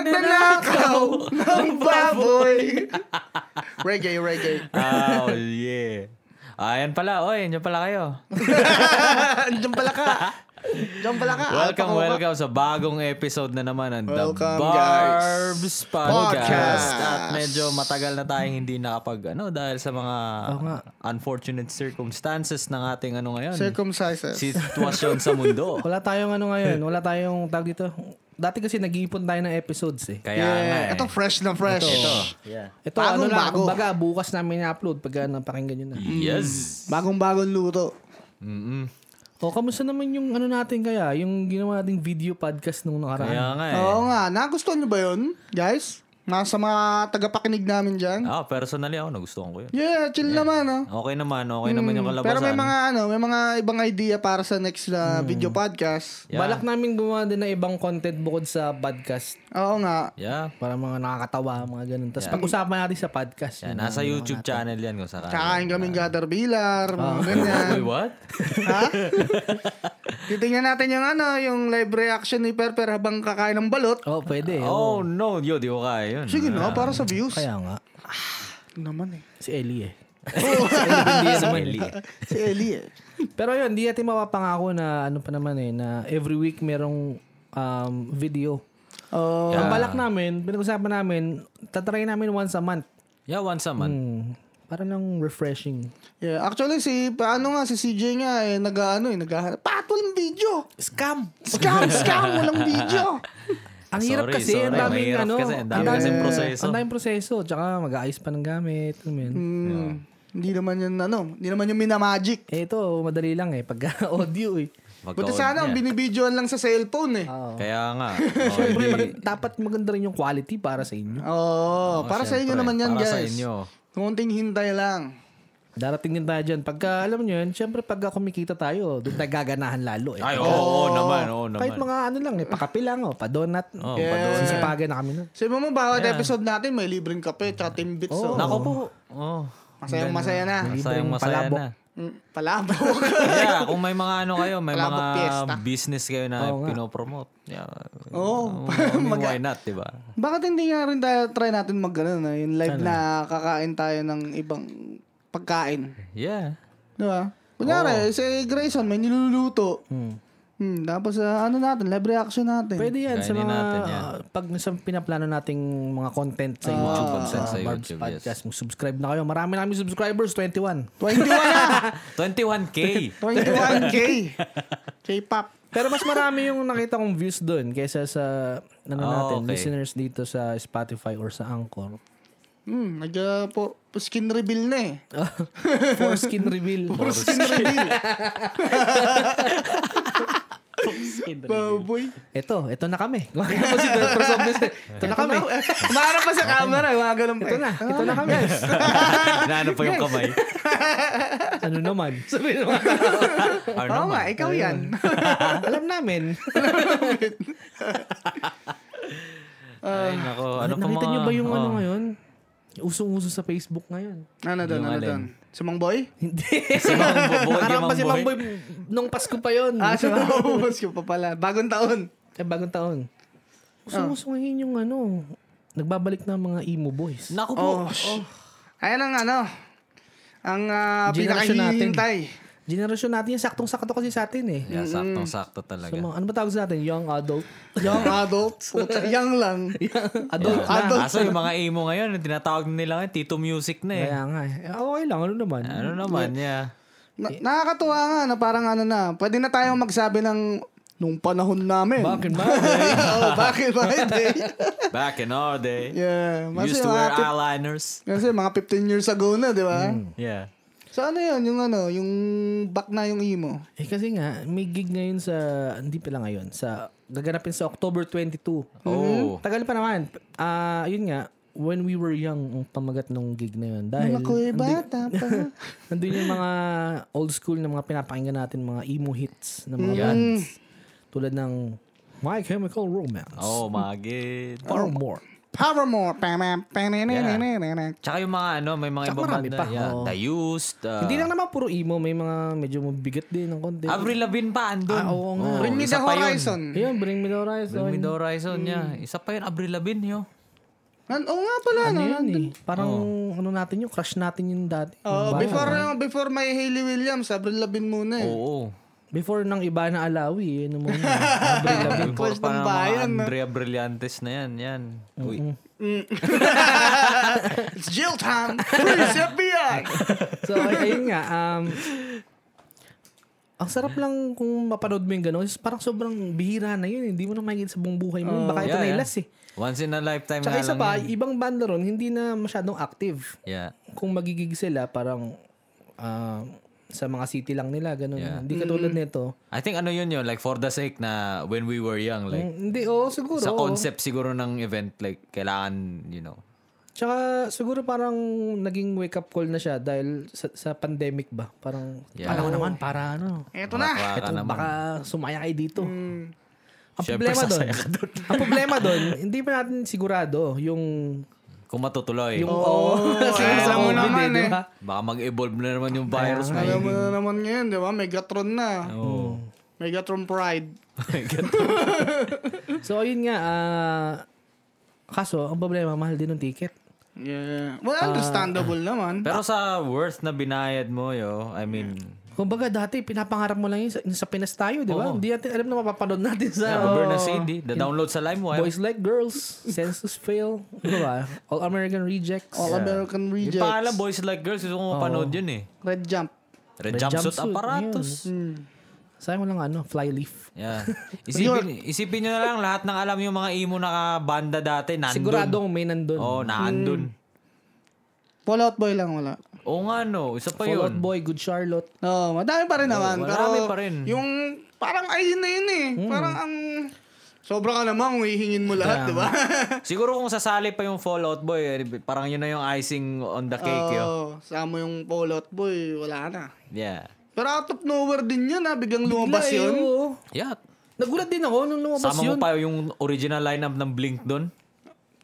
Magnanakaw ng baboy. reggae, reggae. Oh, yeah. Ah, Ayan pala, oy, nandiyan pala kayo. Andiyan Ah, pala ka. Andiyan pala ka. Welcome, Alpha ko ka. welcome sa bagong episode na naman ng The Welcome, Barbs guys. Podcast. Podcast. At medyo matagal na tayong hindi nakapag, ano, dahil sa mga Oo nga. unfortunate circumstances ng ating ano ngayon. Circumcises. sitwasyon sa mundo. Wala tayong ano ngayon. Wala tayong tag dito. Dati kasi nag-iipon tayo ng episodes eh. Kaya nga yeah. eh. Ito fresh na fresh. Ito. Yeah. Ito Bagong ano lang, bago. kumbaga bukas namin i-upload pag uh, napakinggan nyo na. Yes. Bagong-bagong luto. Mm-mm. O, Oh, kamusta naman yung ano natin kaya? Yung ginawa nating video podcast nung Kaya nakaraan. nga eh. Oo nga. Nagustuhan nyo ba yun, guys? Nasa mga tagapakinig namin dyan. Ah, personally ako nagustuhan ko yun. Yeah, chill naman, no? Okay naman, okay naman yung kalabasan. Hmm, Pero may mga ano, may mga ibang idea para sa next na video podcast. Yeah. Balak namin gumawa din ng ibang content bukod sa podcast. Oo nga. Yeah. Para mga nakakatawa, mga ganun. Tapos pag-usapan natin sa podcast. Mm. Yan, nasa YouTube channel yan kung sakali. Kakain kaming gather bilar, mga ganyan. Wait, what? ha? Titingnan natin yung ano, yung live reaction ni Perper habang kakain ng balot. Oo, pwede. Oh, Oh. no. Yo, di ko kaya yun. Sige na, para sa views. Kaya nga. Naman eh. Si Ellie eh. Hindi naman. Si Ellie eh. Pero yun, hindi natin mapapangako na ano pa naman eh, na every week merong um, video. Oh, Ang balak namin, pinag-usapan namin, tatry namin once a month. Yeah, once a month. Hmm, para lang refreshing. yeah. Actually, si, ano nga, si CJ nga eh, nag-ano eh, naghahanap. Pat, walang video! Scam! Scam, scam, walang video! Ang hirap Sorry, kasi, ang sorry. daming Mahirap ano, kasi, ang dami kasing proseso. Ang daming proseso, tsaka mag-aayos pa ng gamit. Ano yun. Hmm, Hindi naman yun, ano, hindi naman yung minamagic. Eh, ito, madali lang eh, pagka audio eh. Buti Magkaon sana, ang niya. binibidyoan lang sa cellphone eh. Oh. Oo. Kaya nga. Siyempre, Oh, mag- dapat maganda rin yung quality para sa inyo. Oo, oh, para sa inyo syempre. naman yan, Para guys. sa inyo. Kunting hintay lang. Darating din tayo dyan. Pagka, alam nyo yun, siyempre pagka kumikita tayo, doon tayo gaganahan lalo eh. Ay, oo oo naman, oo naman. Kahit mga ano lang eh, pakape lang oh, pa-donut. Oh, yeah. pa-donut. Sisipagan na kami na. Sabi mo, bawat episode natin may libreng kape at timbits. Oh. Nako po. Oh. Masayang masaya na. Masayang masaya palabok. na. Mm, Palabok. Yeah, kung may mga ano kayo, may Palabok mga fiesta. business kayo na Oo nga. pinopromote. Yeah. Oo. I mean, why not, di ba? Oh. Bakit hindi nga rin tayo try natin mag ano, na yung live na kakain tayo ng ibang pagkain. Yeah. Di ba? Kunyari, si Grayson may niluluto. Hmm. tapos ah, ano natin, live reaction natin. Pwede yan sa Kainin mga natin yan. uh, pag sa pinaplano nating mga content sa YouTube, content sa sa Barb's YouTube, yes. Podcast, mag-subscribe na kayo. Marami namin subscribers, 21. 21 na! 21K. 21K! K-pop. Pero mas marami yung nakita kong views doon kaysa sa ano Oh, natin, okay. listeners dito sa Spotify or sa Anchor. Hmm, nag ah, po, skin reveal na eh. Foreskin reveal. Skin reveal. Baboy. Ito, ito na kami. Gumagana po si Dr. Sobnes. Ito na kami. Maharap pa sa camera, mga ganun pa. eh. Ito na. Ito na kami. Naano pa yung kamay? ano naman? Sabi naman. Ano Oo nga, naman? ikaw yan. Alam namin. Ay, nako. Ano pa Ah, Nakita mga... niyo ba yung ano oh. ngayon? Usong-uso sa Facebook ngayon. ano doon, Yung ano alin? doon? Si Mang Boy? Hindi. Si Mang Boy, bukod kay Nakaraan pa Mang si Boy. Mang Boy nung Pasko pa yun. Ah, si Mang Boy. Mas pa pala. Bagong taon. Eh, bagong taon. Gusto ngayon Oh. yung ano, nagbabalik na mga emo boys. Naku po. Oh, sh- Ayan ang ano. Ang uh, Generation natin. pinakahihintay. Generation natin yung saktong-sakto kasi sa atin eh. Yeah, saktong-sakto talaga. Sa mga, ano ba tawag sa atin? Young adult. Young adults. Puta, young lang. adult Ah, Adult. Kaso yung mga emo ngayon, yung tinatawag nila ngayon, Tito Music na eh. Kaya nga eh. Eh, Okay lang, ano naman. Ano naman, yeah. Na- nakakatuwa nga na parang ano na. Pwede na tayong magsabi ng nung panahon namin. Bakit ba? oh, bakit ba? Hindi. Back in our day, yeah. we Mas used to yung wear mga pip- eyeliners. kasi mga 15 years ago na, di ba? Yeah. So ano yun, yung ano, yung back na yung emo. Eh kasi nga, may gig ngayon sa, hindi pala ngayon, sa, gaganapin sa October 22. Oh. Tagal pa naman. Ah, yun nga, when we were young, ang pamagat nung gig na yun. Dahil, Makoy bata pa. Nandun yung mga old school na mga pinapakinggan natin, mga emo hits ng Mm. mga bands. Tulad ng My Chemical Romance. Oh, magid. Or more. Paramore. Pam, pam, Tsaka yung mga ano, may mga Tsaka ibang marami banda. pa, Yeah, oo. The Used. Uh, Hindi lang naman puro emo, may mga medyo mabigat din ng konti. Avril Lavigne pa, andun. Ah, oo nga. Bring me Oh, isa the pa yun. horizon. Ayun, Bring Me The Horizon. Bring Me The Horizon niya. Isa pa yun, Avril Lavigne yun. Nan- Oo nga pala. Ano no? yun eh. Parang Oh. ano natin yung crush natin yung dati. Oh, Yung bata. before yung before may Hayley Williams, Avril Lavigne muna eh. Oo. Before ng iba na alawi, eh, yun mo Avril Yung Lavigne. puro Pwes pa ng ng mga bayan, no? Andrea Brillantes na yan. Yan. Uy. Mm. It's jail time. Please, FBI. So, ay- ayun nga. Um, ang sarap lang kung mapanood mo yung gano'n. Parang sobrang bihira na yun. eh. Hindi mo na makikita sa buong buhay mo. yun. Baka Oh, ito Yeah, yeah. na ilas eh. Once in a lifetime na Tsaka isa lang pa, yan. ibang banda ron, hindi na masyadong active. Yeah. Kung magigig sila, parang ah, sa mga city lang nila, ganun. Yeah. Hindi katulad nito. I think ano yun yun, like for the sake na when we were young, like Mm, Hindi, oo, siguro. sa oo. concept siguro ng event, like kailangan, you know. Tsaka siguro parang naging wake-up call na siya dahil sa, sa pandemic ba? Parang, Yeah. alam ko naman, para ano. Ito na. Wala ka Ito, naman. baka sumaya kayo dito. Mm. Ang Siyempre, problema doon, sasaya ka doon. ang problema doon, hindi pa natin sigurado yung Kung matutuloy. yung oh, alam mo naman eh. Baka mag-evolve na naman yung virus. Alam mo na naman ngayon, di ba? Megatron na. eh. Oh. Mm. Megatron Pride. So ayun nga ah, kaso ang problema mahal din ng ticket. Yeah. Well, understandable naman. Pero sa worth na binayad mo, yo, I mean, Kumbaga dati pinapangarap mo lang yun sa, sa Pinas tayo, di ba? Hindi natin alam na mapapanood natin sa yeah, Burn na CD, the download sa LimeWire. Boys Like Girls, Census Fail, di ba? All American Rejects. All Oh, American Hindi Rejects. pa alam, Boys Like Girls, gusto ko mapanood yun eh. Red Jump. Hmm. Red, Red jumpsuit, jumpsuit, apparatus. Sayang lang ano, Flyleaf. Yeah. Isipin, isipin nyo na lang lahat ng alam yung mga emo na banda dati, nandun. Siguradong Hmm. may nandun. Oo, oh, naandun. Fallout Boy lang wala. Oo nga no, isa pa Fall Out yun. Boy, Good Charlotte. No, madami pa rin naman. Pero marami pa rin. Yung parang ayun na yun eh. Parang ang... Sobra ka namang, hihingin mo lahat, di ba? Siguro kung sasali pa yung Fallout Boy, eh, parang yun na yung icing on the cake Uh, yo. Oo, Oh, sama yung Fallout Boy, wala na. Yeah. Pero out of nowhere din yun ha, biglang lumabas Ay, yun. oo. Yeah. Nagulat din ako nung lumabas Sama yun. mo pa yung original lineup ng Blink doon.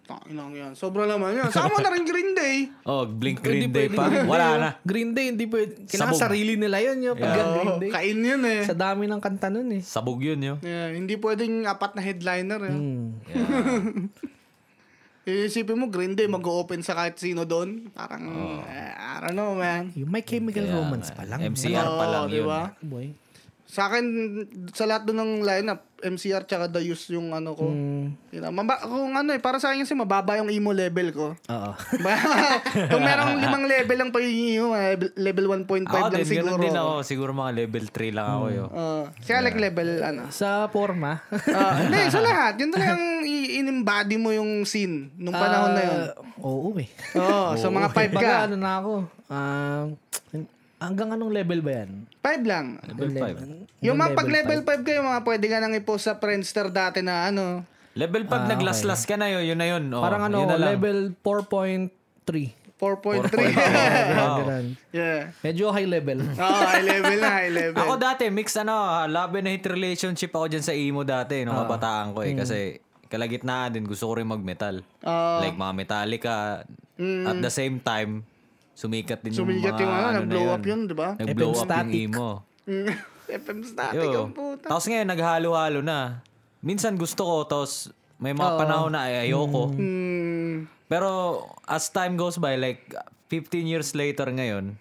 Tanginang yan, sobra naman yan. Sama na rin Green Day. Oh, Blink Green Day pa. Wala na. Green Day, hindi pwede. Kailangan Sabog. sarili nila yun. Yung pag Oo, Green Day. kain yun eh. Sa dami ng kanta nun eh. Sabog yun yo. Yeah, hindi pwedeng apat na headliner. Hmm. Eh. Iisipin mo, Green Day mag-open sa kahit sino doon. Parang, eh, I don't know, man. Yung My Chemical Romance pa lang. MCR pa Oo, lang di yun. ba? Boy. Sa akin, sa lahat doon ng lineup, MCR tsaka The Use yung ano ko. Yun lang. Maba- kung ano eh, para sa akin kasi mababa yung emo level ko. Oo. kung merong limang level lang pa yung emo, eh, level 1.5 Ako lang din, siguro. ganun din ako. Siguro mga level 3 lang ako yo. Hmm. Oo. kaya like level ano. Sa forma. Ah, Hindi, sa lahat. Yun talagang i- in-embody mo yung scene nung panahon na yun. Ah, oo eh. Oo, sa mga five ka. Baga ano na ako. ah, hanggang anong level ba yan? Five Oh, lang. Level 5. Yung mga pag level 5 kayo, mga pwede ka nang ipost sa Friendster dati na ano. Level 5 naglaslas ka na yun, yun na yun. Oh, Ah, Parang ano, yun na lang. level 4.3. 4.3. Wow. yeah. Medyo high level. Oo, high level na, high level. Ako dati, mix ano, love and hate relationship ako dyan sa emo dati, nung Ah. kabataan ko eh. Mm. Kasi kalagitnaan din, gusto ko rin mag-metal. Ah. Mm. like mga Metallica. At the same time, sumikat din Sumikat yung mga yung ano, na nag-blow up yun, di ba? Nag-blow up FM yung static. emo. Mm, FM static Yo. ang puta. Tapos ngayon, naghalo-halo na. Minsan gusto ko, tapos may mga panahon na ay- ayoko. Mm, Pero as time goes by, like 15 years later ngayon,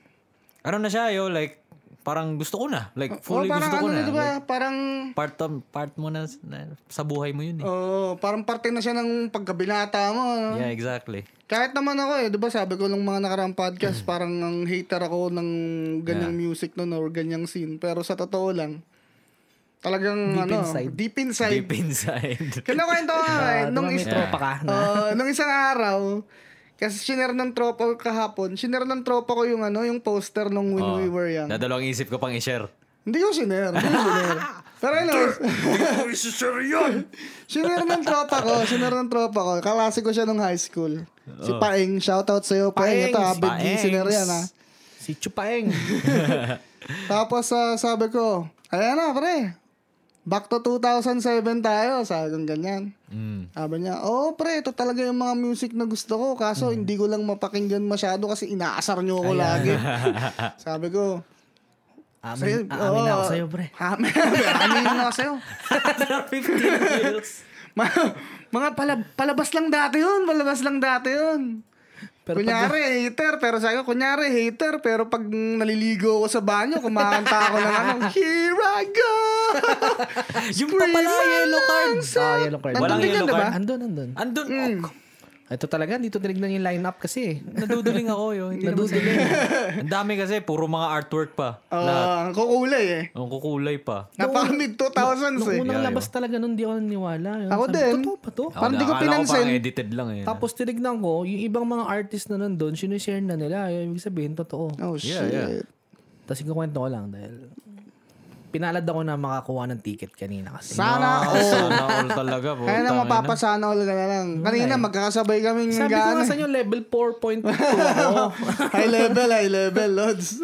ano na siya, yo, like parang gusto ko na. Like oh, fully parang gusto ko ano na. na, di ba? Like, Parang, part, of- part mo na, s- na sa buhay mo yun eh. oh, parang parte na siya ng pagkabinata mo. ano? Yeah, exactly. Kahit naman ako eh, 'di ba sabi ko nung mga nakaraang podcast, parang ang hater ako ng ganyang music noon or ganyang scene. Pero sa totoo lang, talagang ano, inside. deep inside. Deep inside. Kailan ko yun to, eh, Ah, nung, diba may is- tropa ka na. Oo, nung isang araw, kasi shinare ng tropa ko kahapon, shinare ng tropa ko yung ano, yung poster nung When Oh. We Were Young. Dadalawang isip ko pang i-share. Hindi ko shinare, hindi ko shinare. Pero ano, shinare ng tropa ko, shinare ng tropa ko. Kalase ko siya nung high school. Si Paeng, shoutout sa'yo. Paeng, ito, Oh. ah, Paeng, abid ni Paeng. shinare yan ah. ha. Si Chupaeng. Tapos ah, sabi ko, ayan na pre, Back to 2007 tayo, sabi ng ganyan. Mm. Sabi niya, oo pre, ito talaga yung mga music na gusto ko. Kaso Mm. hindi ko lang mapakinggan masyado kasi inaasar niyo ako lagi. sabi ko, "Sige, Amin, aamin na ako oo, sa'yo, pre. Amin, amin na ako sa'yo. After 15 years. mga, mga palab- palabas lang dati yun, palabas lang dati yun. Pero kunyari, hater, pero sabi ko, kunyari, hater, pero pag naliligo ako sa banyo, kumakanta ako ng ano, Here I go! Yung pa pala, Scream yellow card. Sa- Ah, yellow card. Nandun Walang din yan, yellow diba? card. Andun, andun. Andun, Mm. oh, Ito talaga, dito tinignan yung lineup kasi. eh. naduduling ako yun. Hindi naman Naduduling. sa- Ang dami kasi, puro mga artwork pa. Ah, ang kukulay eh. Ang kukulay pa. Napaka mid-2000s Nung eh. unang Yeah, labas talaga nun, di ako naniwala. Yun, Ako sabi, din. Totoo pa to? Parang di ko Akala pinansin. parang edited lang eh. Tapos tinignan ko, yung ibang mga artist na nandun, sinishare na nila. Yung ibig sabihin, totoo. Oh shit. Yeah, yeah. Tapos ikukwento ko lang dahil pinalad ako na makakuha ng ticket kanina kasi. oh, Sana all. sana all talaga. Kaya na mapapasana all ka na lang. Kanina magkakasabay kaming ano? Sabi ko gaan. nga sa inyo, level 4.2 ako. high level, high level, Lods.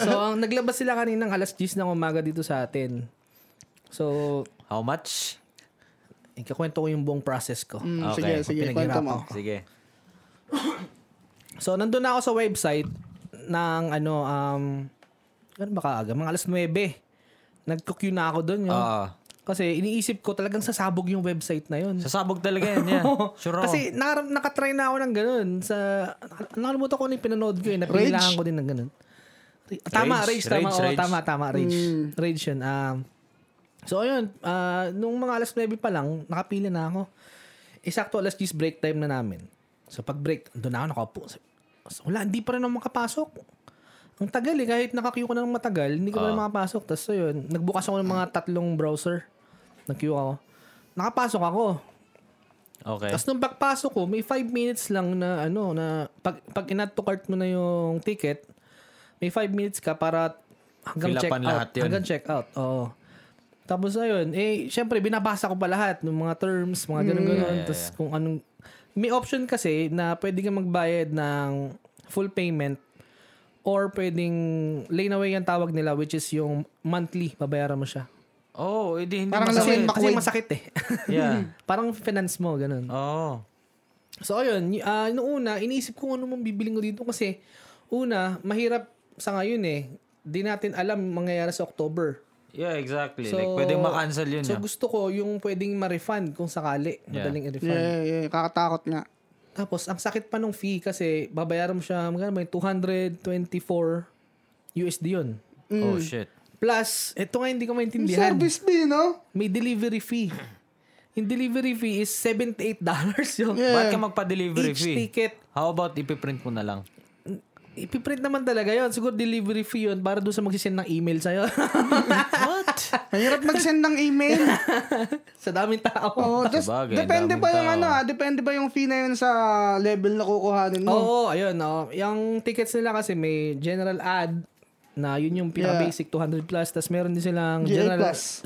so, ang naglabas sila kanina ng alas 10 ng umaga dito sa atin. So, How much? ikakwento ko yung buong process ko. Okay. Mm, Sige, sige. Kwento Pinaghirapan mo. Sige. So, nandun na ako sa website ng ano, um, ano ba kaaga? Mga alas 9. Nagko-queue na ako dun. Yun. Ah, Kasi iniisip ko talagang sasabog yung website na yun. sasabog talaga yan. yan. Oo. Sure ako. Kasi nakar- nakatry na ako ng ganun. Sa, nak- nakalimutan ko na yung pinanood ko eh. Napilahan Rage? ko din ng ganun. Ra- Tama, Rage, rage. tama, rage, oo, rage. tama, tama, rage. Rage yun. Um, so, ayun. ah, nung mga alas 9 pa lang, nakapila na ako. Isakto alas 10 break time na namin. So, pag break, doon ako nakaupo. Sabi- So, wala, hindi pa rin ako makapasok. Ang tagal eh, kahit naka-queue ko na ng matagal, hindi ko pa rin Ah. makapasok. Tapos so yun, nagbukas ako ng mga tatlong browser. Nag-queue ako. Nakapasok ako. Okay. Tapos nung pagpasok ko, may 5 minutes lang na ano, na pag, pag in-add to cart mo na yung ticket, may 5 minutes ka para Fill hanggang upan check out. lahat yun. Hanggang check out, oo. Tapos ayun, eh, syempre, binabasa ko pa lahat ng mga terms, mga Hmm. ganun-ganun. Tapos kung anong... May option kasi na pwede kang magbayad ng full payment or pwedeng laneway yung tawag nila which is yung monthly, babayaran mo siya. Oh, hindi, hindi Parang masakit. lasing pa- Kasi Bakwid. masakit eh. Yeah. Parang finance mo, ganun. Oh. So, ayun. y- ah, noong una, iniisip ko ano mang bibiling ko dito kasi una, mahirap sa ngayon eh. Di natin alam mangyayari sa October. Yeah, exactly. like, pwedeng makancel yun. So, ah. gusto ko yung pwedeng ma-refund kung sakali. Yeah. Madaling i-refund. Yeah, yeah. Kakatakot nga. Tapos, ang sakit pa nung fee kasi babayaran mo siya, magkano ba yun? 224 USD yun. Oh, mm. shit. Plus, ito nga hindi ko maintindihan. Service fee, no? May delivery fee. Yung delivery fee is $78 yun. Bakit ka magpa-delivery Each fee? ticket. How about ipiprint mo na lang? Ipiprint naman talaga yon Siguro delivery fee yun para doon sa magsisend ng email sa'yo. What? Mahirap mag-send ng email. sa daming tao. Oo, Oh, just, Sabagay, depende daming pa yung tao. ano, ah, depende pa yung fee na yun sa level na kukuhanin mo. ayun. Oh. Yung tickets nila kasi may general ad na yun yung pinaka-basic 200 plus. Tapos meron din silang GA+. general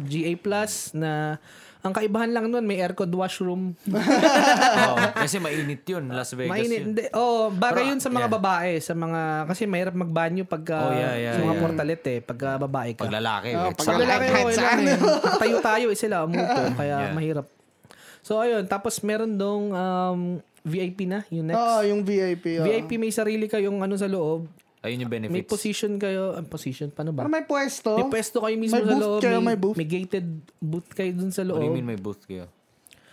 GA plus na ang kaibahan lang nun may aircon washroom. oh, kasi mainit yun. Las Vegas Mainit. yun. Hindi, oh, bagay Pero, yun sa mga babae. Sa mga, kasi mahirap magbanyo Oh, pagka, yeah, yeah, sa mga yeah. portalet eh, pagka babae ka. Pag lalaki. Oh, wait, pag sorry. lalaki. Ah, Lalaki Kahit okay saan. lang eh. Tayo-tayo eh sila, umupo. Kaya Yeah. mahirap. So, ayun. Tapos, meron dong um, VIP na, yung next. Oo, Ah, yung VIP. Oh. VIP, may sarili kayong ano sa loob. Ayun yung benefits. May position kayo. Ang position, paano ba? Para may pwesto. May pwesto kayo mismo May sa booth loob. kayo, may, may booth. may gated booth kayo dun sa What do you loob. mean may booth kayo?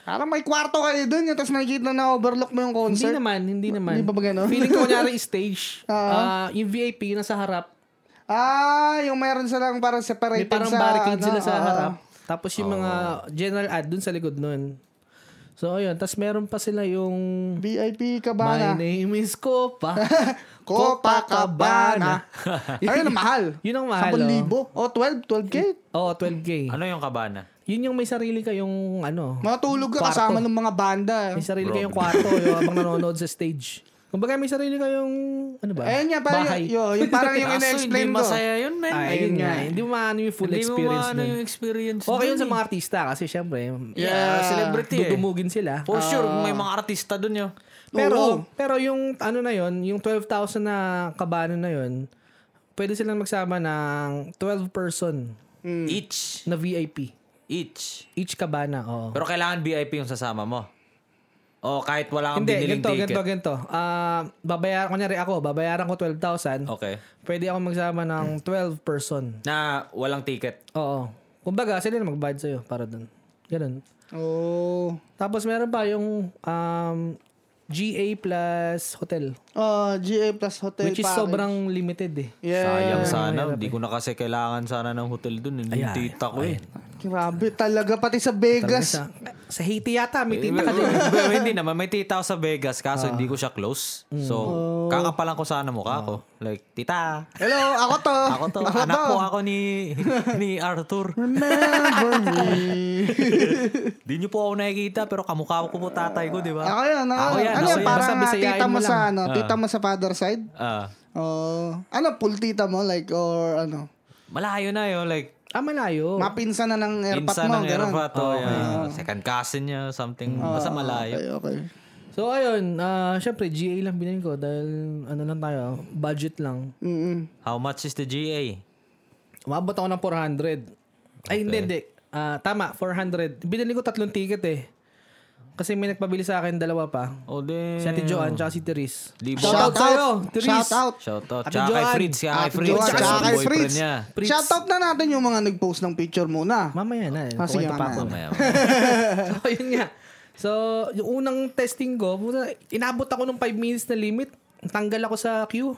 Parang may kwarto kayo dun, yun, tapos nakikita na overlook mo yung Hindi concert. naman, hindi naman. Hindi ba ba ganun? Feeling ko kunyari stage. Ah. Ah, yung VIP, yung nasa harap. Ah, yung meron silang parang separated May parang sa... barricade ano, sila sa oo. harap. Tapos yung mga Oh. general ad dun sa likod nun. So, ayun. Tapos meron pa sila yung... VIP My Cabana. name is Copa. Copacabana. Ayun, ang mahal. Yun ang mahal, 10,000. O, 12, 12K. oh, 12K. Ano yung kabana? Yun yung may sarili kayong ano. Matulog ka Kwarto. kasama ng mga banda. May sarili Bro. kayong kwarto yung habang nanonood sa stage. Kumbaga may sarili kayong ano ba? Ayun nga, parang Bahay. yun, yung parang yung Kaso Ah, hindi ina-explain ko. masaya yun, man. Ay, yun nga. Hindi mo maano yung Ah, full Hindi mo experience maano nun. yung experience Okay yun dun eh. sa mga ah, artista kasi syempre Yeah, celebrity eh. dudumugin sila. For sure, may mga artista dun yun. Oo. Pero pero yung ano na yun, yung 12,000 na kabano na yun, pwede silang magsama ng 12 person Each. na VIP. Each. Each cabana, oo. Pero kailangan VIP yung sasama mo. O kahit wala kang Hindi, biniling ganito, ticket. ganito, ganito. Ah, babayaran, kunyari ako, babayaran ko 12,000. Okay. Pwede ako magsama ng 12 person. Na walang ticket. Oo. Kumbaga, sila na magbayad sa'yo para dun. Ganun. Oh. Tapos meron pa yung um, GA plus hotel. Ah, GA plus hotel Which is package. sobrang limited eh. Yeah. Sayang sana. Hindi ko na kasi kailangan sana ng hotel dun. Hindi yung tita ko eh. Grabe talaga pati sa Vegas. Sa, sa Haiti yata, may tita Eh, ka dun. well, hindi naman. May tita ako sa Vegas kaso hindi ko siya close. So, kakapalan ko sana mukha ko. Like, tita, Hello, ako to. ako to. anak po ako ni ni Arthur. Remember me. Di niyo po ako nakikita pero kamukha ko po tatay ko, di ba? ako yan. Ako, Ah. Ako yan, Ano ako yan, yan. parang Basta ah, tita bisayain mo mo sa ano, tita mo sa father side? Ah, Oh, ano, full tita mo? Like, or ano? malayo na yun. Like, Ah, malayo. Mapinsan na ng airpat pinsan mo. ng ganun. Erpat. Oh, yeah. Second cousin niya, something. Basta malayo. Okay, okay. So, ayun. ah Siyempre, GA lang binili ko dahil ano lang tayo, budget lang. Mm-mm. How much is the GA? Umabot ako ng 400. Ay, hindi, hindi. Ah, tama, 400. Binili ko tatlong ticket eh. Kasi may nagpabili sa akin dalawa pa. Oh, damn. Si Ate Joanne, tsaka si Therese. Libo. Shout out sa'yo, Therese. Shout out. Shout out. Ate Tsaka kay Joanne. Fritz. Tsaka kay Ate Fritz. Joanne, Tsaka tsaka sa kay boyfriend Fritz. niya. Fritz. Shout out na natin yung mga nag-post ng picture muna. Mamaya na. Eh. Ah, sige, Kukwento mamaya. ako. Mamaya, so, yun nga. So, yung unang testing ko, puta, inabot ako ng 5 minutes na limit. Tanggal ako sa queue.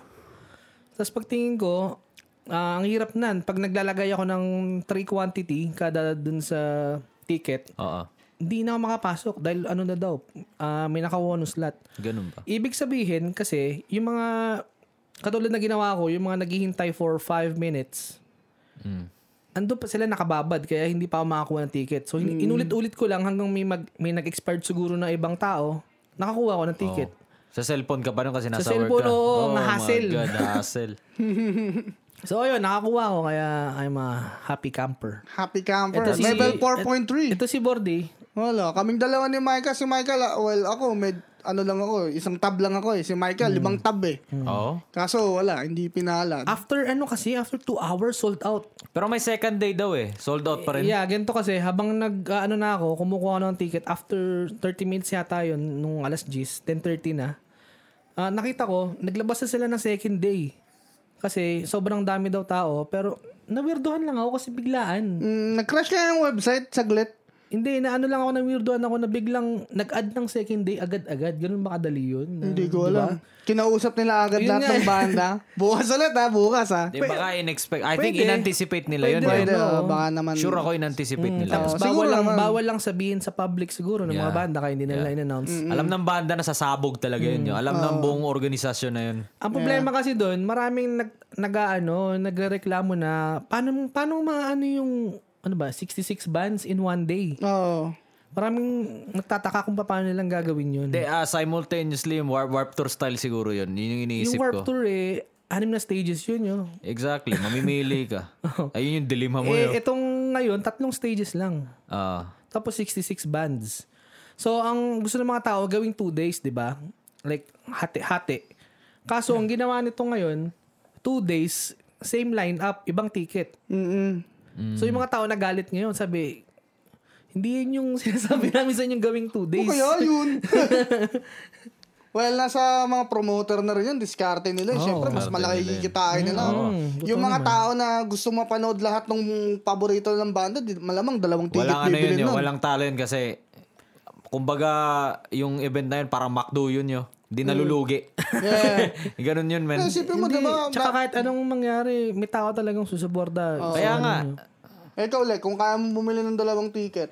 Tapos pagtingin ko, ah, ang hirap na. Pag naglalagay ako ng 3 quantity kada dun sa ticket, Oo. hindi na ako makapasok dahil ano na daw, ah, may nakakuha ng slot. Ganun ba? Ibig sabihin kasi, yung mga, katulad na ginawa ko, yung mga naghihintay for 5 minutes, Mm. ando pa sila nakababad kaya hindi pa ako makakuha ng ticket. So hin- inulit-ulit ko lang hanggang may, mag, may nag-expired siguro ng ibang tao, nakakuha ko ng ticket. Sa cellphone ka pa nun kasi nasa work cellphone, ka. Oh oo, my ma-hassle. God, hassle. So ayun, nakakuha ko kaya I'm a happy camper. Happy camper. Ito si- Level 4.3. et- Ito si Bordy. Wala. Kaming dalawa ni Michael. Si Michael, ah, well, ako, med, ano lang ako, isang tab lang ako eh. Si Michael, limang tab eh. Mm. Oo. Kaso wala, hindi pinala. After ano kasi, after 2 hours sold out. Pero may second day daw eh. Sold out pa rin. Yeah, ganito kasi habang nag ah, ano na ako, kumukuha ako ng ticket after 30 minutes yata yun nung alas 10, 10:30 na. Ah, nakita ko, naglabas na sila ng second day. Kasi sobrang dami daw tao, pero nawirduhan lang ako kasi biglaan. Mm, nag-crash lang yung website, saglit. Hindi, na ano lang ako na weirdoan ako na biglang nag-add ng second day agad-agad. Ganun ba kadali yun? Na- Hindi ko alam. Kinausap nila agad Yun lahat nga ng eh. banda. Bukas ulit ha, bukas ha. Di baka in-expect. I think Pwede. in-anticipate nila yun. Pwede, eh. ah, baka naman. Sure ako in-anticipate nila. Mm, Tapos Oo, Oh, bawal siguro lang, naman. bawal lang sabihin sa public siguro ng mga Yeah. banda kaya hindi nila in-announce. Alam ng banda na sasabog talaga yun. Mm. yun. Alam ng buong organisasyon na yun. Ang problema kasi doon, maraming nag nagaano, nagrereklamo na paano paano mga ano yung ano ba, 66 bands in one day. Oo. Maraming nagtataka kung paano nilang gagawin yun. Hindi, ah, simultaneously, yung warp, warp tour style siguro yun. Yun yung yung iniisip Warped ko. Tour eh, anim na stages yun yun. Exactly. Mamimili ka. Ayun yung dilema mo yun. Eh, itong ngayon, tatlong stages lang. Ah. Tapos 66 bands. So, ang gusto ng mga tao, gawing two days, di ba? Like, hati-hati. Kaso, ang ginawa nito ngayon, two days, same lineup, ibang ticket. Mm-mm. Mm. So, yung mga tao nagalit ngayon, sabi, hindi yun yung sinasabi namin sa inyong gawing two days. Oh, Kaya yun. well, nasa mga promoter na rin yun, diskarte nila. eh. Siyempre, mas malaki kikitain nila. oh. yung mga tao na gusto mapanood lahat ng paborito ng banda, di, malamang dalawang ticket Walang ano yun, bibili yun. nun. Walang talo yun kasi kumbaga yung event na yun parang McDo yun yun. Di nalulugi. Mm. Yeah. Ganun yun, men. Isipin mo, Hindi, diba? tsaka kahit anong mangyari, may tao talagang susuporta. Kaya nga. Eh, Ikaw, Lek, kung kaya mo bumili ng dalawang ticket,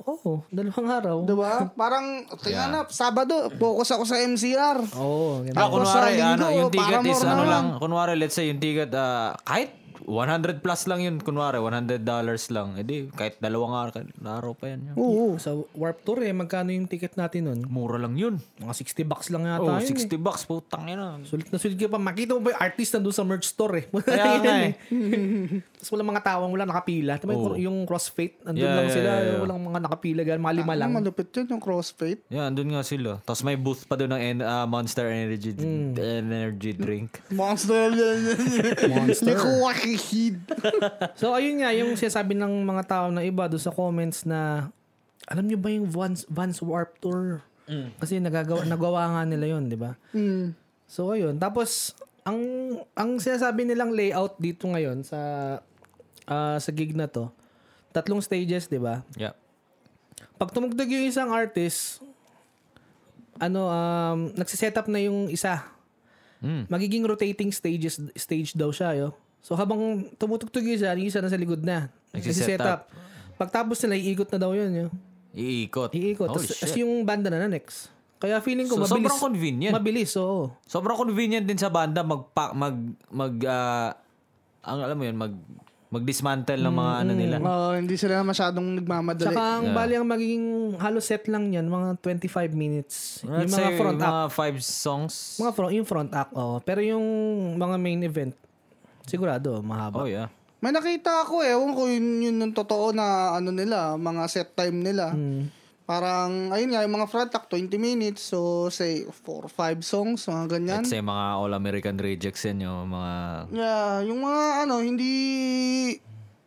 Oo, dalawang araw. di ba? Parang, tingnan na, Sabado, focus ako sa MCR. Oo, oh, Ah, Tapos kunwari, sa ano, linggo, yung ticket para is more ano naman. lang. Kunwari, let's say, yung ticket, ah, kahit 100 plus lang yun. Kunwari, 100 dollars lang. E di, kahit dalawang araw, kahit araw pa yan. yun. Oo. Sa Warped Tour eh, magkano yung ticket natin nun? Mura lang yun. Mga 60 bucks lang yata Oh, yun. eh. 60 bucks, putang yun. Sulit na sulit ka pa. Makita mo ba yung artist nandun sa merch store eh. Wala Kaya yan nga eh. Oh. Tapos walang mga tawang wala nakapila. Diba yung- yung crossfit, nandun Yeah, lang yeah, sila. yeah, Walang mga nakapila. Ganun, mga lima lang. Ang Ano, malupit yun, yung crossfit. Yan, andun nga sila. Tapos may booth pa doon ng en- ah, Mm. Monster Energy, energy Drink. Monster. Monster. Ni Kuwaki. Kikid. So, ayun nga, yung sinasabi ng mga tao na iba doon sa comments na, alam nyo ba yung Vans, Vans Warp Tour? Kasi nagagawa, nagawa nga nila yun, di ba? Mm. So, ayun. Tapos, ang ang sinasabi nilang layout dito ngayon sa ah, sa gig na to, tatlong stages, di ba? Yeah. Pag tumugtog yung isang artist, ano, um, nagsiset up na yung isa Mm. magiging rotating stages stage daw siya yo. So habang tumutugtog yung isa, yung isa nasa likod na. Nagsiset Nagsiset up. Pagtapos nila, iikot na daw yun. Yo. Iikot. Iikot. Holy Tapos shit. tas yung banda na na next. Kaya feeling ko, So, mabilis. sobrang convenient. Mabilis, oo. Sobrang convenient din sa banda magpa mag mag ah, ang alam mo yun mag mag-dismantle ng mga ano nila. Oh, hindi sila masyadong nagmamadali. Tsaka ang bali ang magiging halos set lang yan, mga 25 minutes. yung Let's mga say, front act. mga five songs. Mga front, yung front act, oo. Pero yung mga main event, sigurado, Oh mahaba. yeah. May nakita ako eh, ewan ko yun, yun yung totoo na ano nila, mga set time nila. Parang, ayun nga, yung mga front act, 20 minutes. So, say, 4 5 songs, mga ganyan. Let's say mga All American Rejects yan yung mga Yeah, yung mga ano, hindi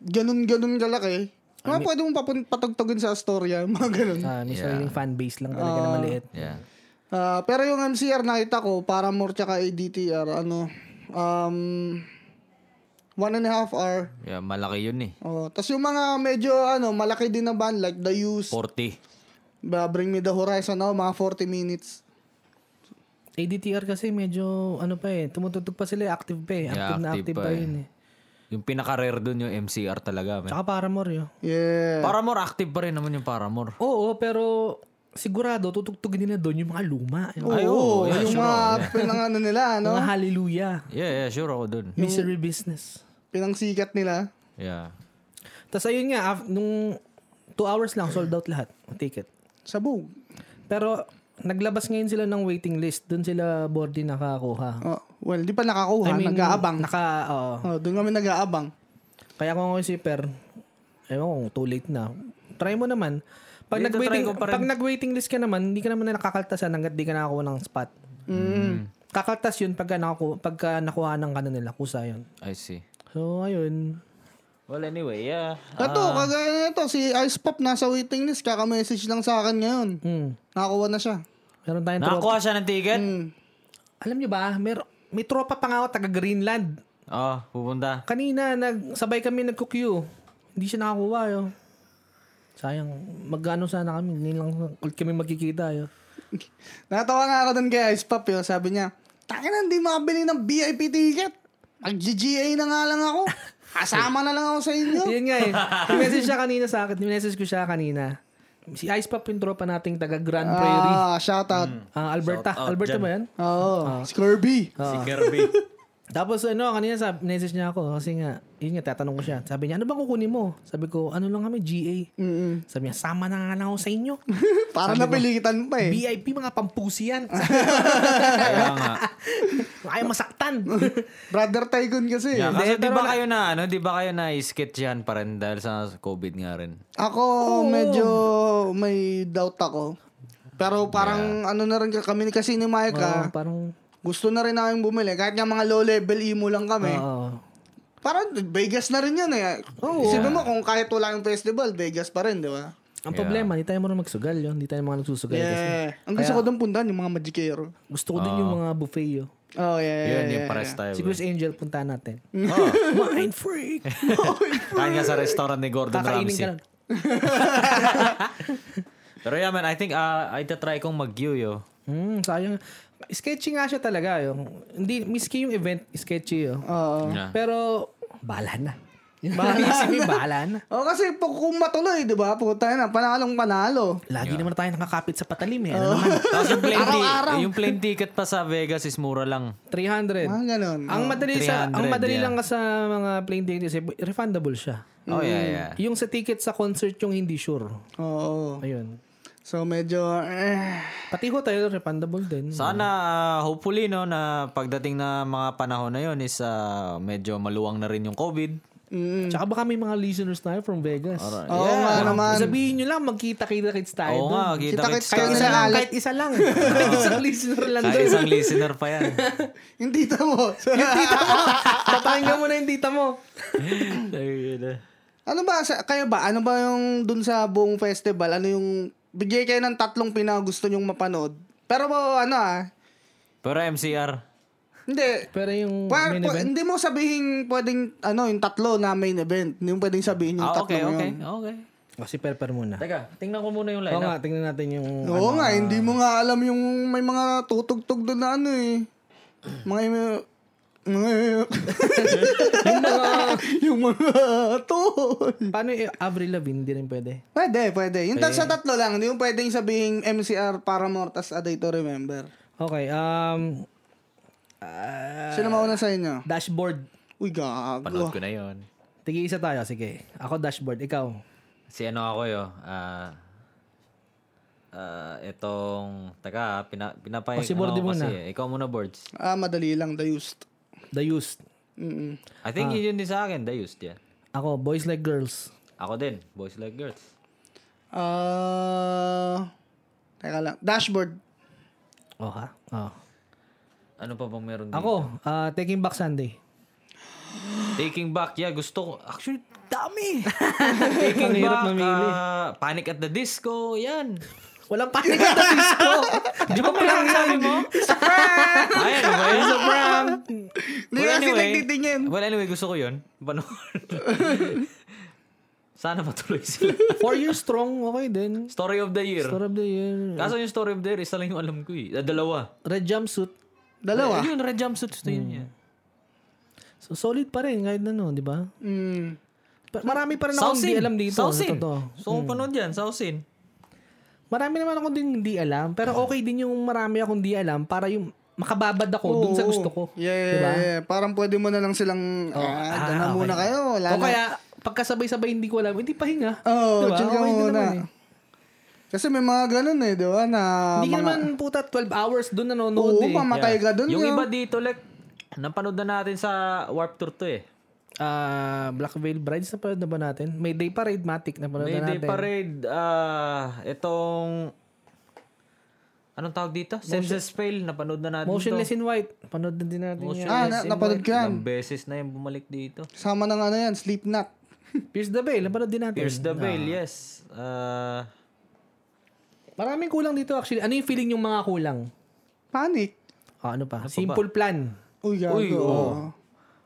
ganun-ganun kalaki. Mga pwede mong papun- patugtugin sa Astoria, mga ganun. Sa Ah, may sariling fan base lang talaga na maliit. yeah. Ah, pero yung MCR nakita ko, para more tsaka ADTR, ano, um, one and a half hour. Yeah, malaki yun eh. Oh, tas yung mga medyo ano, malaki din na band like The Use, 40. ba, Bring Me The Horizon, oh, mga 40 minutes. ADTR kasi medyo ano pa eh, tumutugtog pa sila, eh, active pa eh. Active Yeah, na active active pa pa, eh. yun eh. Yung pinaka-rare dun yung MCR talaga. Man. Tsaka Paramore yun. Yeah. Paramore, active pa rin naman yung Paramore. Oo, pero sigurado tutugtugin nila doon yung mga luma. Yung Oo, Ay, oo, yeah, yung sure, mga pinangano nila, ano, no? mga hallelujah. Yeah, yeah, sure ako dun. Misery business. Pinangsikat nila. Yeah. Tapos ayun nga, af- nung two hours lang, sold out lahat. ang Ticket. Sabog. Pero naglabas ngayon sila ng waiting list. Doon sila boarding nakakuha. Oh, well, di pa nakakuha, I mean, nag-aabang. Naka, oo. Oh, doon kami nag-aabang. Kaya kung ako si Per, ewan ko, kung too late na. Try mo naman. Pag Dito, try nag-waiting, ko pa rin. pag nag-waiting list ka naman, hindi ka naman na nakakaltasan hanggat di ka nakakuha ng spot. Mm. Kakaltas yun pagka nakuha, pagka nakuha ng kanan nila, kusa yun. I see. So, ayun. Well, anyway, yeah. Ito, kagaya nito, si Ice Pop nasa waiting list, kaka-message lang sa akin ngayon. Mm. Nakakuha na siya. Meron tayong tropa. Nakakuha siya ng ticket? Mm. Alam nyo ba, mer may tropa pa nga ako taga Greenland. Oh, pupunta. Kanina, nag, sabay kami nagko-queue. Hindi siya nakakuha, yo. Sayang, magkano sana kami, hindi lang ulit kami magkikita, yo. Natawa nga ako doon kay Ice Pop yun. Sabi niya, Tangin na, hindi makabili ng VIP ticket. Mag-GGA na nga lang ako. Kasama na lang ako sa inyo. Yun nga eh. message siya kanina sa akin. Message ko siya kanina. Si Ice Pop yung tropa nating taga Grand Prairie. Ah, shout out. Ah, Alberta. Shout out Alberta dyan. ba yan? Ah. Oo, si Kirby. Si Kirby. Tapos ano, kanina sa message niya ako kasi nga, yun nga, tatanong ko siya. Sabi niya, ano bang kukunin mo? Sabi ko, ano lang kami, GA. Mm-mm. Sabi niya, sama na nga lang ako sa inyo. Para napilitan pa eh. VIP, mga pampusi yan. Kaya nga. Ayaw masaktan. Brother Tycoon kasi. eh. Yeah, kasi di Hindi, pero ba kayo na, ano, di ba kayo na iskit yan pa rin dahil sa COVID nga rin. Ako, medyo may doubt ako. Pero parang ano na rin kami kasi ni Oo, Micah, parang, gusto na rin namin bumili. Kahit nga mga low-level emo lang Eh. kami. oo. Parang Vegas na rin yun eh. Isipin mo kung kahit wala yung festival, Vegas pa rin, di ba? Ang problema, hindi tayo marunong magsugal yun. Hindi tayo mga nagsusugal. Kasi Yeah. Ang gusto ko doon pundan, yung mga magikero. gusto ko din yung mga buffet yun. Oh, yeah, yeah, Yun, yung yeah. pares tayo. Si bro. Chris Angel, punta natin. Oh, Mind freak! kain nga sa restaurant ni Gordon Kakainin ka Ramsay. lang. Pero yeah, man, I think ah, ay tatry kong mag-yuyo. Hmm, sayang. Sketchy nga siya talaga. Yung, hindi, miski yung event, sketchy yun. Oo. Yeah. Pero, bahala na. Bahala na. bahala na. Oh, kasi pag kung matuloy, di ba? Puta na, panalong panalo. Lagi naman tayo nakakapit sa patalim eh. Oh. Ano naman? Tapos yung plane, ti- Araw-araw. yung plane ticket pa sa Vegas is mura lang. Mga 300. Ah, ganun. ang madali sa 300, ang madali yeah. lang sa mga plane tickets, eh, refundable siya. Oh, yeah, Mm. yeah. Yung sa ticket sa concert yung hindi sure. Oo. Ayun. So, medyo... Eh. Pati hotel refundable din. Sana, ah, hopefully, no, na pagdating na mga panahon na yun is ah, medyo maluwang na rin yung COVID. Tsaka baka may mga listeners tayo from Vegas. Alright. Mm, Oo nga Ano naman. Sabihin nyo lang, magkita-kita-kits tayo Oo doon. nga, Kita-kits kita-kits Kahit Kaya Oh. isa lang, nilaalat. kahit isa lang. kahit isang listener lang Kahit doon. isang listener pa yan. Yung tita mo. Tatanggan mo na yung tita mo. ano ba, sa, kayo ba, ano ba yung dun sa buong festival, ano yung, bigay kayo ng tatlong pinagusto nyong mapanood. Pero ano ah, Pero MCR. hindi, Pero yung Pa- main pa- event. hindi mo sabihin pwedeng ano yung tatlo na main event. Hindi mo pwedeng sabihin yung Ah, tatlo okay, mo okay, yun. okay. O, Oh, si Perper muna. Teka, tingnan ko muna yung Oo lineup. nga, tingnan natin yung... Oo nga, hindi mo nga alam yung may mga tutugtog doon na ano eh. Mga mga yung mga... yung mga tol. Paano yung Avril Lavigne? Hindi rin pwede. Pwede, pwede. Yung tat- sa tatlo lang, hindi mo pwedeng sabihin MCR para Mortas A Day to Remember. Okay, um... ah, Sino mauna sa inyo? dashboard. Uy, gago. Panood ko na yun. Tigi isa tayo, sige. Ako dashboard, ikaw. Si ano ako yo, ah ah, itong, teka, pina, pinapay, O, si Bordy ano, muna. kasi eh. Ikaw muna, Bords. Ah, madali lang, dayust. The used. Mm-mm. I think yun yun din sa akin, Dayus, yan. Ako, boys like girls. Ako din, Boys Like Girls. Ah, teka lang. Dashboard. Oh, ha? Oh. Ano pa bang meron dito? Ako, ah, taking back Sunday. Taking Back, yeah, gusto ko. Actually, dami. Taking Ang hirap Back, mamili. ah, Panic at the Disco, yan. Walang panic at the disco. Di ba pala sabi mo? Ayan, ano ba yun? Hindi kasi nagtitingin. well, anyway, gusto ko yun. Panood. Sana matuloy sila. Four years strong, okay din. Story of the Year. Star of the year. Kaso yung story of the year, isa lang yung alam ko eh. Ah, Dalawa. Red jumpsuit. Dalawa. Yun, red jumpsuit. Gusto yun Hmm. niya. So, solid pa rin kahit ano, di ba? Mm. Pa- Marami pa rin akong hindi alam dito. sa Sausin. totoo. So, panood yan. Sausin. Marami naman akong din hindi alam. Pero okay din yung marami akong hindi alam para yung makababad ako dun sa gusto ko. Yeah, yeah, Diba? yeah. Parang pwede mo na lang silang, ah, dyan na muna kayo. Wala O na. kaya, pagkasabay-sabay hindi ko alam, hindi pahinga. Oo, Diba? chill ka Okay din muna. naman eh. Kasi may mga ganun eh, di ba? Na Hindi ka mga, naman puta 12 hours doon nanonood oo, eh. mamatay ka dun. Yung yun. iba dito, like, napanood na natin sa Warp Tour to eh. Ah, Black Veil Brides na panood na ba natin? May Day Parade Matic na panood May na Day natin. Parade. Ah, itong... Anong tawag dito? Senses Fail. Napanood na natin Motionless in White. Panood na din natin yan. Ah, na, napanood ko to. yan. Ilang beses na yung bumalik dito. Sama ng ano yan, sleep nap. Pierce the Veil. Panood din natin. Pierce the Veil, yes. Ah, Maraming kulang dito actually. Ano yung feeling yung mga kulang? Panic. Ah, ano pa? Simple Plan. Uy, gago. Uy, oo.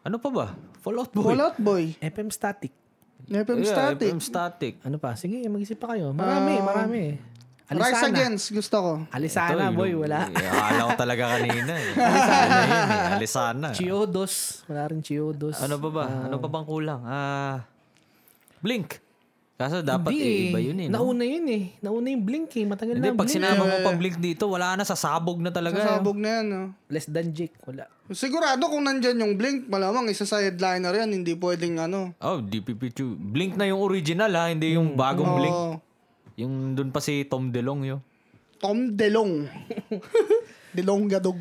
ano pa ba? Fallout Boy. Fallout Boy. FM Static. FM Yeah, Static. FM Static. Ano pa? Sige, mag-isip pa kayo. Marami, marami. Rise Alisana. Against, gusto ko. Alisana, boy. Wala. Eh, akala ko talaga kanina eh. Alisana yun eh. Alisana. Chiodos. Wala rin Chiodos. Ano pa ba? Ano pa bang kulang? Ah, Blink. Kaso dapat Hindi iba yun eh. No? Nauna yun eh. Nauna yung Blink eh. Matagal Hindi, na pag Blink. sinama mo pa Blink dito, wala na, sasabog na talaga. eh. Sabog na yan, no? Less than Jake. Wala. Sigurado kung nandyan yung Blink, malamang isa sa headliner yan, hindi pwedeng ano. Oh, DPP2. Blink na yung original ha, hindi yung Hmm. bagong Blink. Oo. Yung dun pa si Tom oh. DeLong yun. Tom DeLong. DeLong Gadog.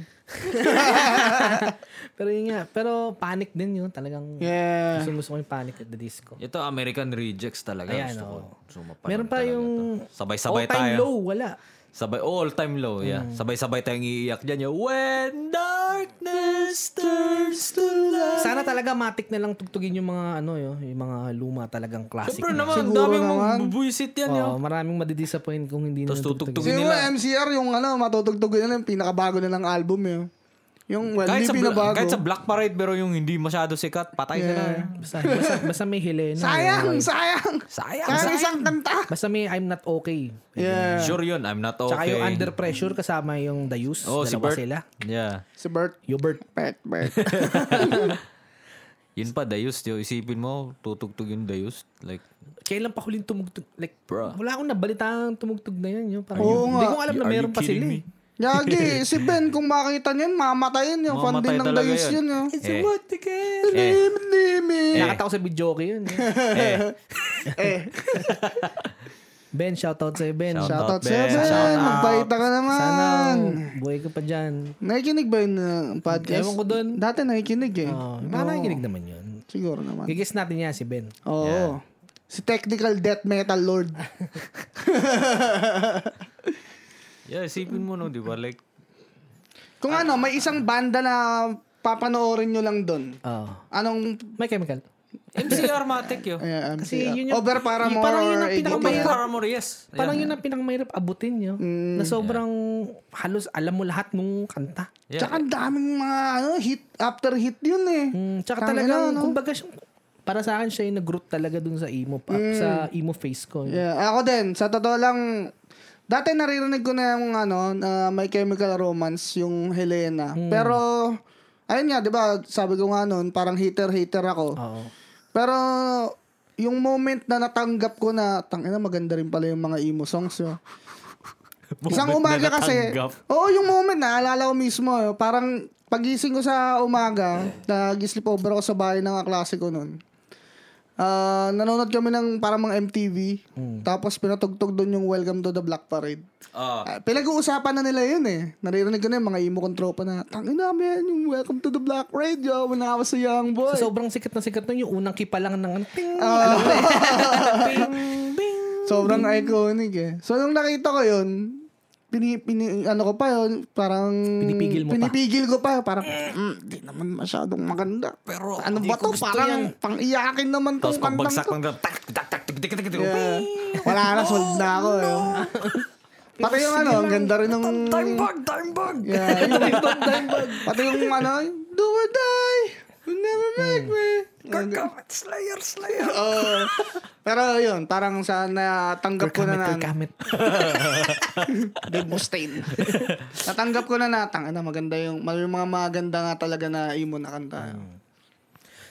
Pero yun nga. Pero panic din yun. Talagang Yeah. gusto, gusto ko yung panic at the disco. Ito, American Rejects talaga. Ayan, Gusto ko. oo. Gusto ko mapanood Meron pa talaga yung... to. Sabay-sabay all time tayo. low. Wala. Sabay, all time low, yeah. Sabay-sabay tayong iiyak dyan. Yung, When darkness turns to light. Sana talaga matik na lang tugtugin yung mga ano yun, yung mga luma talagang classic. Siyempre naman, Siguro dami naman. mong bubuisit yan. yun. Oo, maraming madidisappoint kung hindi Tapos na tutugtugin Siguro nila. MCR yung ano, matutugtugin nila yung pinakabago nilang album yun. Yung, well, Kahit sa, hindi bla- pinabago. kahit sa Black Parade, pero yung hindi masyado sikat, patay sila. Basta, basta, basta may Helena. sayang, sayang! Sayang, Sayang isang kanta! Basta may I'm Not Okay. Yeah. Sure yun, I'm not okay. Tsaka yung Under Pressure kasama yung The Use. oh, si dalawa Bert. sila. Yeah. Si Bert. Yobert. Bert, Bert. Yun pa, Dayus. Yo. Isipin mo, tutugtog yung Dayus. Like, Kailan pa huling tumugtog? Like, Bruh. wala akong nabalitaan ng tumugtog na yun. Yung, parang, Oo hindi nga. ko alam na Are you meron pa kidding sila. me? eh. Yagi, si Ben, kung makita niyan, mamatayin yun. Fan Mamamatay din ng talaga Dayus yun. yun. yun. Eh. It's a what again? Eh. Nimi, Nakita ko sa video ko yun. eh, Eh, ben, shoutout sa'yo, Ben. Shout- out, shoutout sa'yo, Ben. Ben. Shoutout. Magpaita ka naman. Sana, oh, buhay ka pa dyan. Nakikinig ba yun uh, podcast? Ewan ko dun. Dati nakikinig eh. Ah, Oh, parang nakikinig naman yun. Siguro naman. Gigis natin yan si Ben. Oo. Si Technical Death Metal Lord. Yeah, isipin mo no, di ba? Like, Kung ano, may isang banda na papanoorin nyo lang doon. Oo. Anong May chemical. MCR Matic yun. eh, MC, Kasi yun yung- Over Paramore yung parang yun ang or Ako ADT. ba pinakamahirap. yung Paramore? Yes. Parang Yeah. yun ang pinakamahirap abutin nyo. Mm, na sobrang halos alam mo lahat nung kanta. Yeah. Tsaka ang daming mga ano, hit after hit yun eh. Mm, tsaka Tangina, talagang, no? kumbaga siyang, para sa akin siya yung nag-root talaga dun sa emo, pa- sa emo face ko. Mm. Yeah, ako din. Sa totoo lang, dati naririnig ko na yung ano, na My Chemical Romance, yung Helena. Pero, ayun nga, di ba, sabi ko nga noon, parang hater-hater ako. Oo. Pero, yung moment na natanggap ko na, tangina, maganda rin pala yung mga emo songs yun. Isang Moment umaga na kasi, natanggap. oo, yung moment, naalala ko mismo, eh, parang pagising ko sa umaga, nag-sleep over ako sa bahay ng kaklase ko noon. Ah, nanonood kami ng parang mga MTV. Hmm. Tapos pinatugtog doon yung Welcome to the Black Parade. Ah, Ah, pinag-uusapan na nila yun eh. Naririnig ko na yung mga emo kong tropa na, tangin namin yung Welcome to the Black Parade, yo, when I was a young boy. Ah, So, sobrang sikat na sikat na yung unang kipa lang ng ano, ting, alam mo eh. Ting, bing. Sobrang iconic eh. So, nung nakita ko yun, pini, pini, ano ko pa yun, parang... Pinipigil mo pa. pinipigil ko pa. Parang, mm, di naman masyadong maganda. Pero, ano ba to? Parang, pang-iyakin naman tong tapos kantang pagbagsak to. ng tak, tak, tak, tik, tik, tik, tik. Yeah. Wala na, sold na ako. eh. Pati yung ano, ang ganda rin ng... Time bug, time bug! Yeah, yung time bug, time bug. Pati yung ano, do or die, will never make me. Kakamat, Hmm. slayer, slayer. Oo. Pero yun, parang sa natanggap ko na na... Kamit, kamit. Dave Mustaine. Natanggap ko na natang. Ano, maganda yung, yung mga maganda nga talaga na imo na Mm. kanta.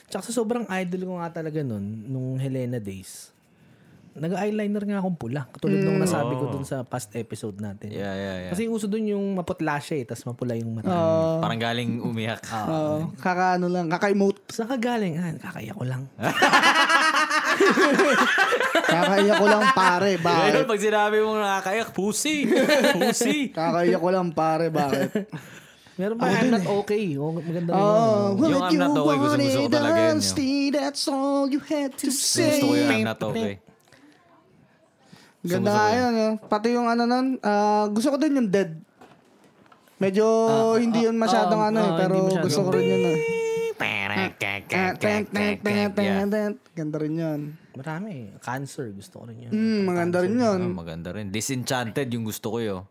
Tsaka sa sobrang idol ko nga talaga nun, nung Helena Days, nag-eyeliner nga akong pula. Katulad nung Mm. nasabi ko dun sa past episode natin. Yeah, yeah, yeah. Kasi yung uso dun yung maputla siya eh, tapos mapula yung mata. Parang galing umiyak. Ah, Oo. kaka ano lang, kaka-emote. Saan ka galing? Ah, kakaya ko lang. Kakaiyak ko lang pare, Ayun, bakit? pag sinabi mong nakakayak, pussy. Pussy. Kakaiyak ko lang pare, bakit? Meron pa, I'm not okay. Oh, maganda rin yun. Oh, Yung what I'm you not okay, gusto-gusto eh, ko eh. wanted talaga yun, eh. honesty, that's all you had to say. Gusto ko yun, I'm not okay. Ganda nga yun. eh. Pati yung ano nun, ah, gusto ko din yung dead. Medyo hindi yun masyadong ah, ano eh, ah, pero hindi masyado. gusto ko rin yun. Eh. Ah, Ganda rin yun. Marami eh. Cancer, gusto ko rin yun. Mm, maganda rin yun. Ah, maganda rin. Disenchanted yung gusto ko yun.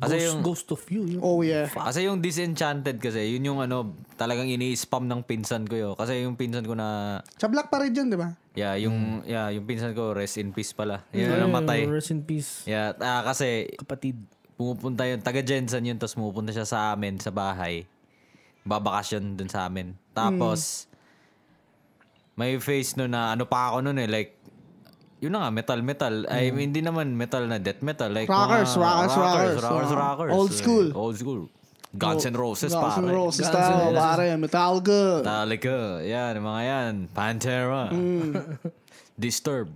Kasi Ghost, yung, ghost of you. Yun. Oh yeah. kasi yung disenchanted kasi, yun yung ano, talagang ini-spam ng pinsan ko yun. Kasi yung pinsan ko na, Sa Black Parade yun, di ba? yeah, yung, yeah, yung pinsan ko, rest in peace pala. Yun yung namatay. Rest in peace, Yeah, ah, kasi kapatid. pumupunta yun, taga Jensen yun, tapos pumupunta siya sa amin, sa bahay. Babakasyon dun sa amin. Tapos, may face no na, ano pa ako nun eh, like, yun na nga, metal-metal. I mean, hindi naman metal na death metal. Like, Mm. Rockers, mga rockers, rockers, rockers, rockers, ah. rockers. Old school. Eh, old school. Guns N' Roses, Guns pare. N' Roses tayo, pare. Metallica. Metallica, yan, mga yan. Pantera. Disturb.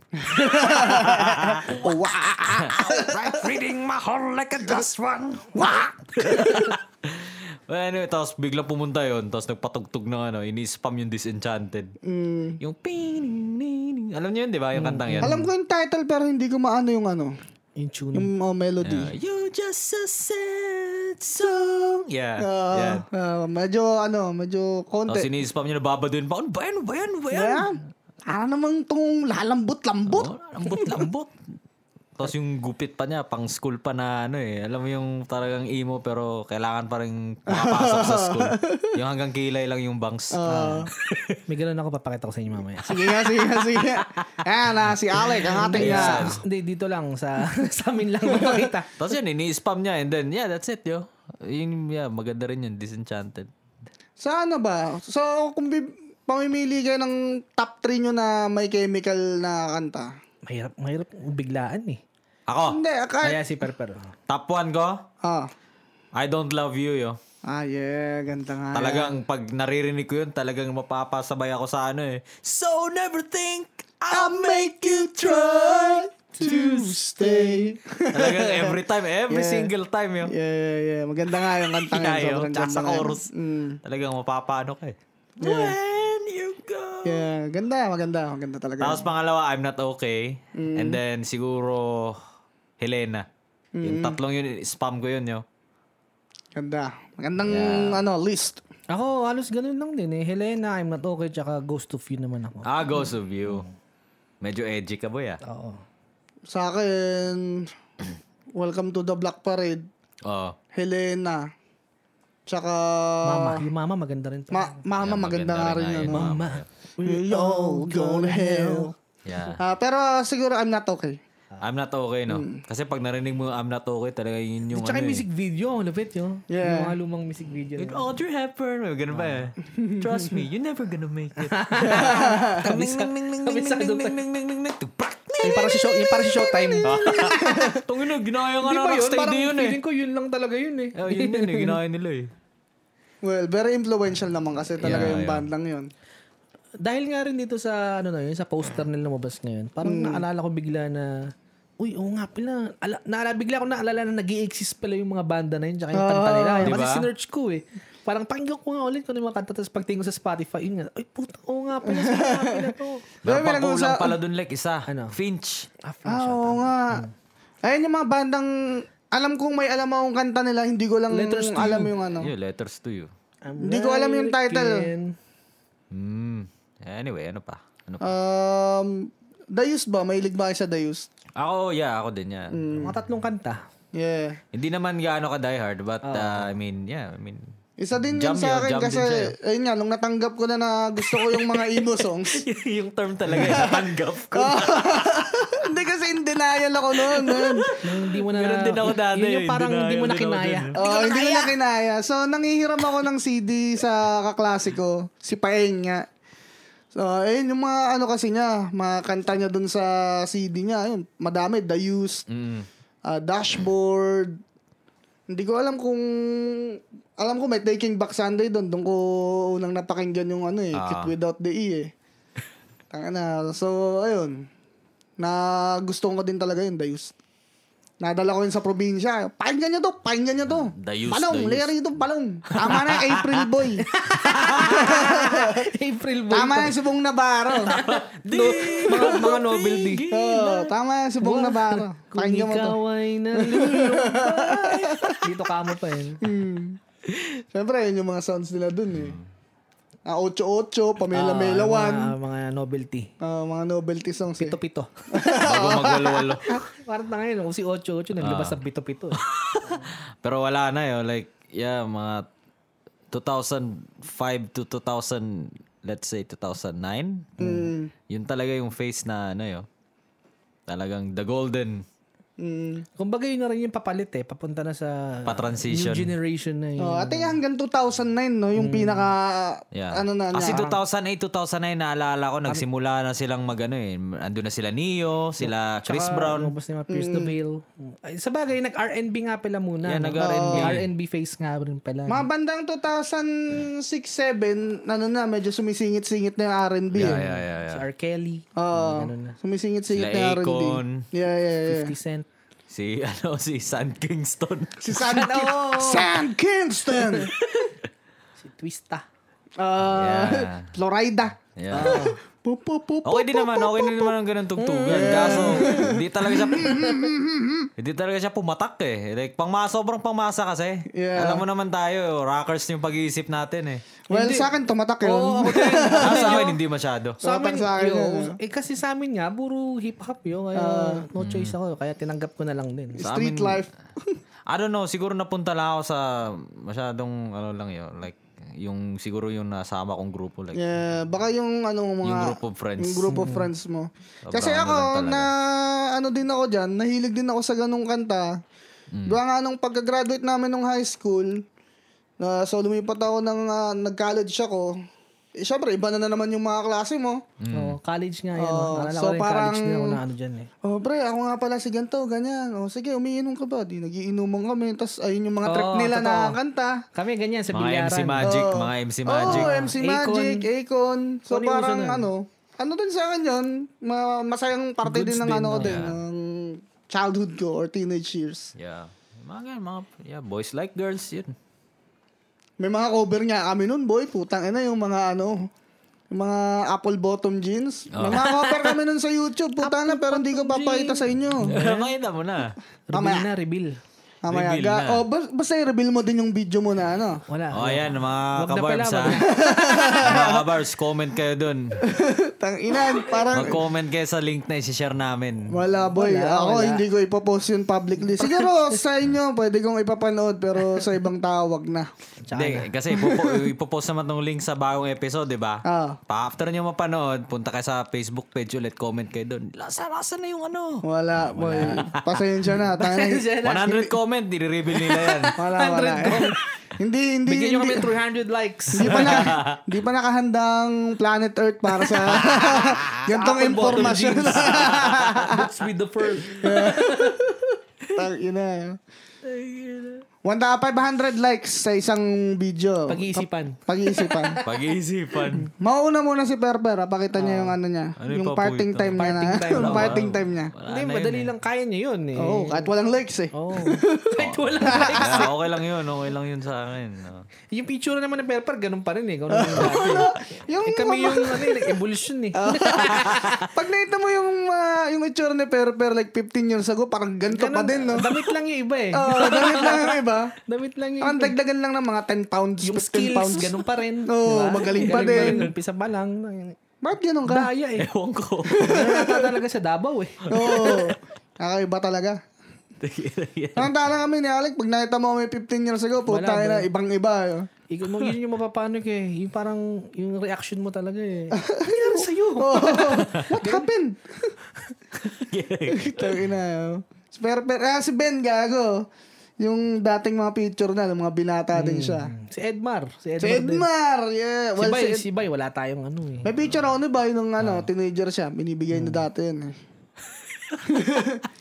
Oh, wah! Reading my heart like a dust one. Wah! Well, anyway, tapos bigla pumunta yon tapos nagpatugtog ng ano, ini-spam yung Disenchanted. Yung ping, alam niyo yun, di ba, yung kantang yan? Alam ko yung title pero hindi ko maano yung ano, In tune. yung oh, Uh, melody. You just a sad song. Yeah, Ah, yeah. Oh, ah, medyo ano, medyo Tapos konti. ini-spam niya, nababadoin pa. Ano ba yan, ano ba yan, ano ba yan? Yeah. Para namang tong lalambot-lambot. Oh, lambot, lambot. tapos yung gupit pa niya, pang school pa na ano eh. Alam mo yung talagang emo pero kailangan pa rin makapasok sa school. Yung hanggang kilay lang yung bangs. May ganun ako papakita ko sa inyo mamaya. Sige nga, sige nga, sige nga. Ayan ah, si Alec, ang ating ah, Sa- Hindi, dito lang. Sa, sa amin lang mapakita. Tapos yun, ini-spam niya and then, yeah, that's it, yo. Yun, yeah, maganda rin yun, Disenchanted. Sa ano ba? So, kung bib- pamimili kayo ng top 3 nyo na may chemical na kanta. Mahirap, mahirap biglaan eh. Ako, Hindi, ah, kahit... Kaya si Perper. oh. top one ko, Ah, I Don't Love You, yo. ah yeah, ganda nga. Talagang pag naririnig ko yun, talagang mapapasabay ako sa ano eh. So never think I'll make you try. to stay. Talagang every time, every Yeah. single time, yo. yeah, yeah, yeah. Maganda nga yung kanta Hinayo, ngayon. Mm. Sobrang tsaka ganda sa nga. chorus. Mm. Talagang mapapaano ka eh. When you go! Yeah, ganda, maganda, maganda talaga. Tapos pangalawa, I'm not okay. And then siguro, Helena. Yung tatlong yun, spam ko yun, yo. Ganda. Magandang ano, list. Ako, halos ganun lang din eh. Helena, I'm not okay, tsaka Ghost of You naman ako. Ah, Ghost of You. Medyo edgy ka, boy, ah. Oo. Sa akin, Welcome to the Black Parade, Oo. Helena, tsaka Mama. Yung mama, maganda rin pa. Ma- Mama, maganda nga rin yun. no? mama. We all go to hell. Yeah. Ah, pero siguro I'm not okay. I'm not okay, no? Kasi pag narinig mo I'm not okay, talaga yun yung Tsaka ano yung eh. music video, ang lupit yun. Yeah. Yung mga lumang music video. With na yun. Audrey Hepburn, may ganun ba eh. Trust me, you're never gonna make it. Kabisa- kabisado pa. Tungin Yung parang si show, yung parang si Showtime. Ah. na, ginaya nga Di na ba yun? Rocksteady Parang yun eh. feeling ko yun lang talaga yun eh. Oh, yun din eh, ginaya nila eh. Well, very influential naman kasi talaga Yeah, yung yeah. band lang yun. Dahil nga rin dito sa ano na yun, sa poster nila lumabas ngayon, parang naalala ko bigla na Uy, oo nga pala. Ala, naalala, bigla ko naalala na nag exist pala yung mga banda na yun tsaka yung kanta nila. Di Kasi ba? sinerch ko eh. Parang pakinggan ko nga ulit kung ano yung mga kanta tapos pagtingin ko sa Spotify, yun nga. Uy, puta, oo nga pala. Sa pala to. Pero Meron pa pinag-usa- kulang pala dun, like, isa. Ano? Finch. Ah, oo nga. Ayun yung mga bandang, alam kong may alam akong kanta nila, hindi ko lang Letters to alam You. yung ano. Yeah, letters to you. I'm Hindi ko alam yung title. again. Mm. Anyway, ano pa? Ano pa? Um, Dayus ba? May ba kayo sa Dayus? Ako, yeah, ako din, yeah. Mga tatlong kanta. Yeah. Hindi naman gaano ka die hard, but uh, I mean, yeah, I mean, Isa din Jam yun sa yun, akin jam din kasi, siya ayun nga, nung natanggap ko na na gusto ko yung mga emo songs. yung term talaga, eh, natanggap ko. hindi kasi in denial ako noon. noon. Nung Hindi mo na... Ganun din ako dati, Yun yung eh. parang hindi mo na Denial din ako kinaya. dun, eh. Oh, hindi ko na kinaya. So, nangihiram ako ng CD sa kaklase ko, si Paeng nga. So, ayun, yung mga ano kasi niya, mga kanta niya dun sa CD niya, ayun, madami, The Used, Mm. ah, Dashboard, hindi ko alam kung, alam ko may Taking Back Sunday dun, dun ko unang napakinggan yung ano eh, Ah. Kid Without the E eh. Tanga na, so, ayun, na gusto ko din talaga yun, The Used. Nadala ko yun sa probinsya. Pakinggan nyo to, pakinggan nyo to. Ah, The Used, balong, The Used. lyrics to, balong. Tama na, April Boy. April Boy. Tama na, Subong Navarro. No, mga, mga Nobel D. Oo, tama na, Subong Navarro. Kung Pakinggan mo to. ikaw ay nalulumpay. Dito kamo pa eh. yun. Mm. Siyempre, yun yung mga sounds nila dun eh. Mm. Ah, 8-8, Ah, Pamela Ah, Mga, Melawan. mga novelty. Ah, mga novelty songs eh. Pito-pito. Bago magwalo-walo. Parang na ngayon, kung si Ocho Ocho naglabas ng pito-pito. eh. Pero wala na yun. Like, yeah, mga 2005 to 2000, let's say 2009. Yun talaga yung phase na ano yun. Talagang the golden Mm. Kumbaga yun na rin yung papalit eh. Papunta na sa pa-transition. new generation na yun. Oh, I think hanggang 2009, no? Yung pinaka, Mm. Yeah. ano na, Kasi niya. 2008, 2009, naalala ko, nagsimula na silang mag ano eh. Andun na sila Neo, sila Chris Brown. Lumabas na yung mga Pierce the Veil. Ay, Sa bagay, nag-R&B nga pala muna. Yan, no? nag-R&B. Yung R&B face nga rin pala. mga bandang 2006-7, ano na, medyo sumisingit-singit na yung R&B. Yeah, eh. yeah, yeah. Si yeah. R. Kelly. Oo. Ganun na. Sumisingit-singit Sila na R&B. Akon. Yeah, yeah, yeah. 50 Cent. Si, ano, si Sam Kingston. Si Sam, Sam Kingston. Si Twista. Ah, Yeah. Oh. Florida. Yeah. Ah. Pu- pu- pu- pu- Okay din naman, okay din naman ang ganun tugtugan. Mm-hmm. Kaso, hindi talaga siya, hindi talaga siya pumatak eh. Like, pangma, sobrang pangmasa kasi. Yeah. Alam mo naman tayo, rockers yung pag-iisip natin eh. Well, sa akin, tumatak yun. Ah, sa akin, hindi masyado. Sa Tumatak amin, sa akin yo, yun, eh Mm. kasi sa amin nga, puro hip-hop yun. Kaya Ah. no choice ako. Kaya tinanggap ko na lang din. Street life. I don't know, siguro napunta lang ako sa masyadong, ano lang yun, like, yung siguro yung nasama kong grupo. Like, Yeah, baka yung ano mga Yung group of friends. Yung group of friends mo. Sobrang Kasi ano ako lang talaga. na ano din ako diyan, nahilig din ako sa ganung kanta. Mm. Diba nga nung pagka-graduate namin nung high school, na so lumipat ako ng ah, nag-college ako. Eh, syempre, iba na, na naman yung mga klase mo. Oo, college nga yan. Oo, Oh, Alala so ko rin college parang- din ako na ano dyan eh. Oh, pre, ako nga pala si ganito, ganyan. Oh, sige, umiinom ka ba? Di nagiinuman kami. Tapos ayun yung mga trip Oo, nila na totoo. kanta. Kami ganyan sa Oh, mga bilyaran. MC Magic, Oo. mga MC Magic. Oo, MC Magic, Akon. So Ano yung parang uso nun? ano, ano din sa akin yun, ma- masayang parte din ng ano ko din, ng childhood ko or teenage years. Yeah. Mga ganun, mga, yeah, boys like girls, yun. May mga cover nga kami nun, boy. Putang ina yung mga ano, yung mga apple bottom jeans. Oh. Nangangover kami nun sa YouTube. Puta na, pero hindi ko papakita sa inyo. Nakita mo na. Reveal na, reveal. Mamaya. Reveal Ga- na. oh, bas- basta i-reveal mo din yung video mo na ano. Wala. O oh, ayan, mga Wag Ah, na kabarbs pala, ha. mga kabarbs, comment kayo dun. Tang ina, parang Mag-comment kayo sa link na isi-share namin. wala boy. Wala, Ako wala. hindi ko ipopost yun publicly. Siguro sa inyo pwede kong ipapanood pero sa ibang tawag na. Tsaka Hindi, kasi ipopo, ipopost naman tong link sa bagong episode, di Ah. ba? Oo. Pa after nyo mapanood, punta kayo sa Facebook page ulit, comment kayo doon. Lasa, lasa na yung ano. Ah, Wala boy. Pasensya na. Tangan. 100 comment, dire-reveal nila yan. Wala wala. hindi hindi Bigyan nyo kami hindi- 300 likes. Hindi pa na hindi pa nakahandang planet Earth para sa gantong Apple bottom impormasyon. jeans. Books with the fur. Tang ina. 1,500 likes sa isang video. Pag-iisipan. Pag-iisipan. Pag-iisipan. Mauna muna si Perper, ah. pakita niya yung ano niya, Ano yung yung parting papuwito? time niya na, Parting time. yung parting time niya. Hindi, madali lang kaya nyo yun eh. Oo, oh, kahit walang likes eh. Oh. Kahit wala likes. Ah, okay lang yun, okay lang yun sa akin. Ah. no. Yung picture naman ng Perper, ganun pa rin eh. Ganun yung dati. Yung, Ah. eh, kami yung ano, eh, evolution eh. pag nakita mo yung ah, yung itsura ni Perper like 15 years ago, parang ganito pa Ganun- din, no? Damit lang yung iba eh. Oo, damit lang yung iba. Damit lang yung Ang dagdagan lang ng mga 10 pounds, Yung 15 skills, pounds. ganun pa rin. Oo, magaling pa din. Umpisa pa lang. Bakit ganun ka? Daya eh. Ewan ko. Nata talaga sa Davao eh. Oo. Kakaiba talaga. Samantala kami ni Alec, pag nakita mo may 15 years ago, puta na ibang iba. eh. Ikaw mo, yun yung mapapanik eh. Yung parang, yung reaction mo talaga eh. Ano nangyari sa'yo? Oh, what happened? Tangin na. Pero, pero, ah, si Ben gago. Yung dating mga picture na, yung mga binata din siya. Si Edmar. Si Hmm. Edmar. Si Edmar, yeah. Si Well, Bay, si Ed- si Bay, wala tayong ano eh. may picture ako ni Bay nung ano, Ah. teenager siya. Binibigay na Hmm. dati yun. eh.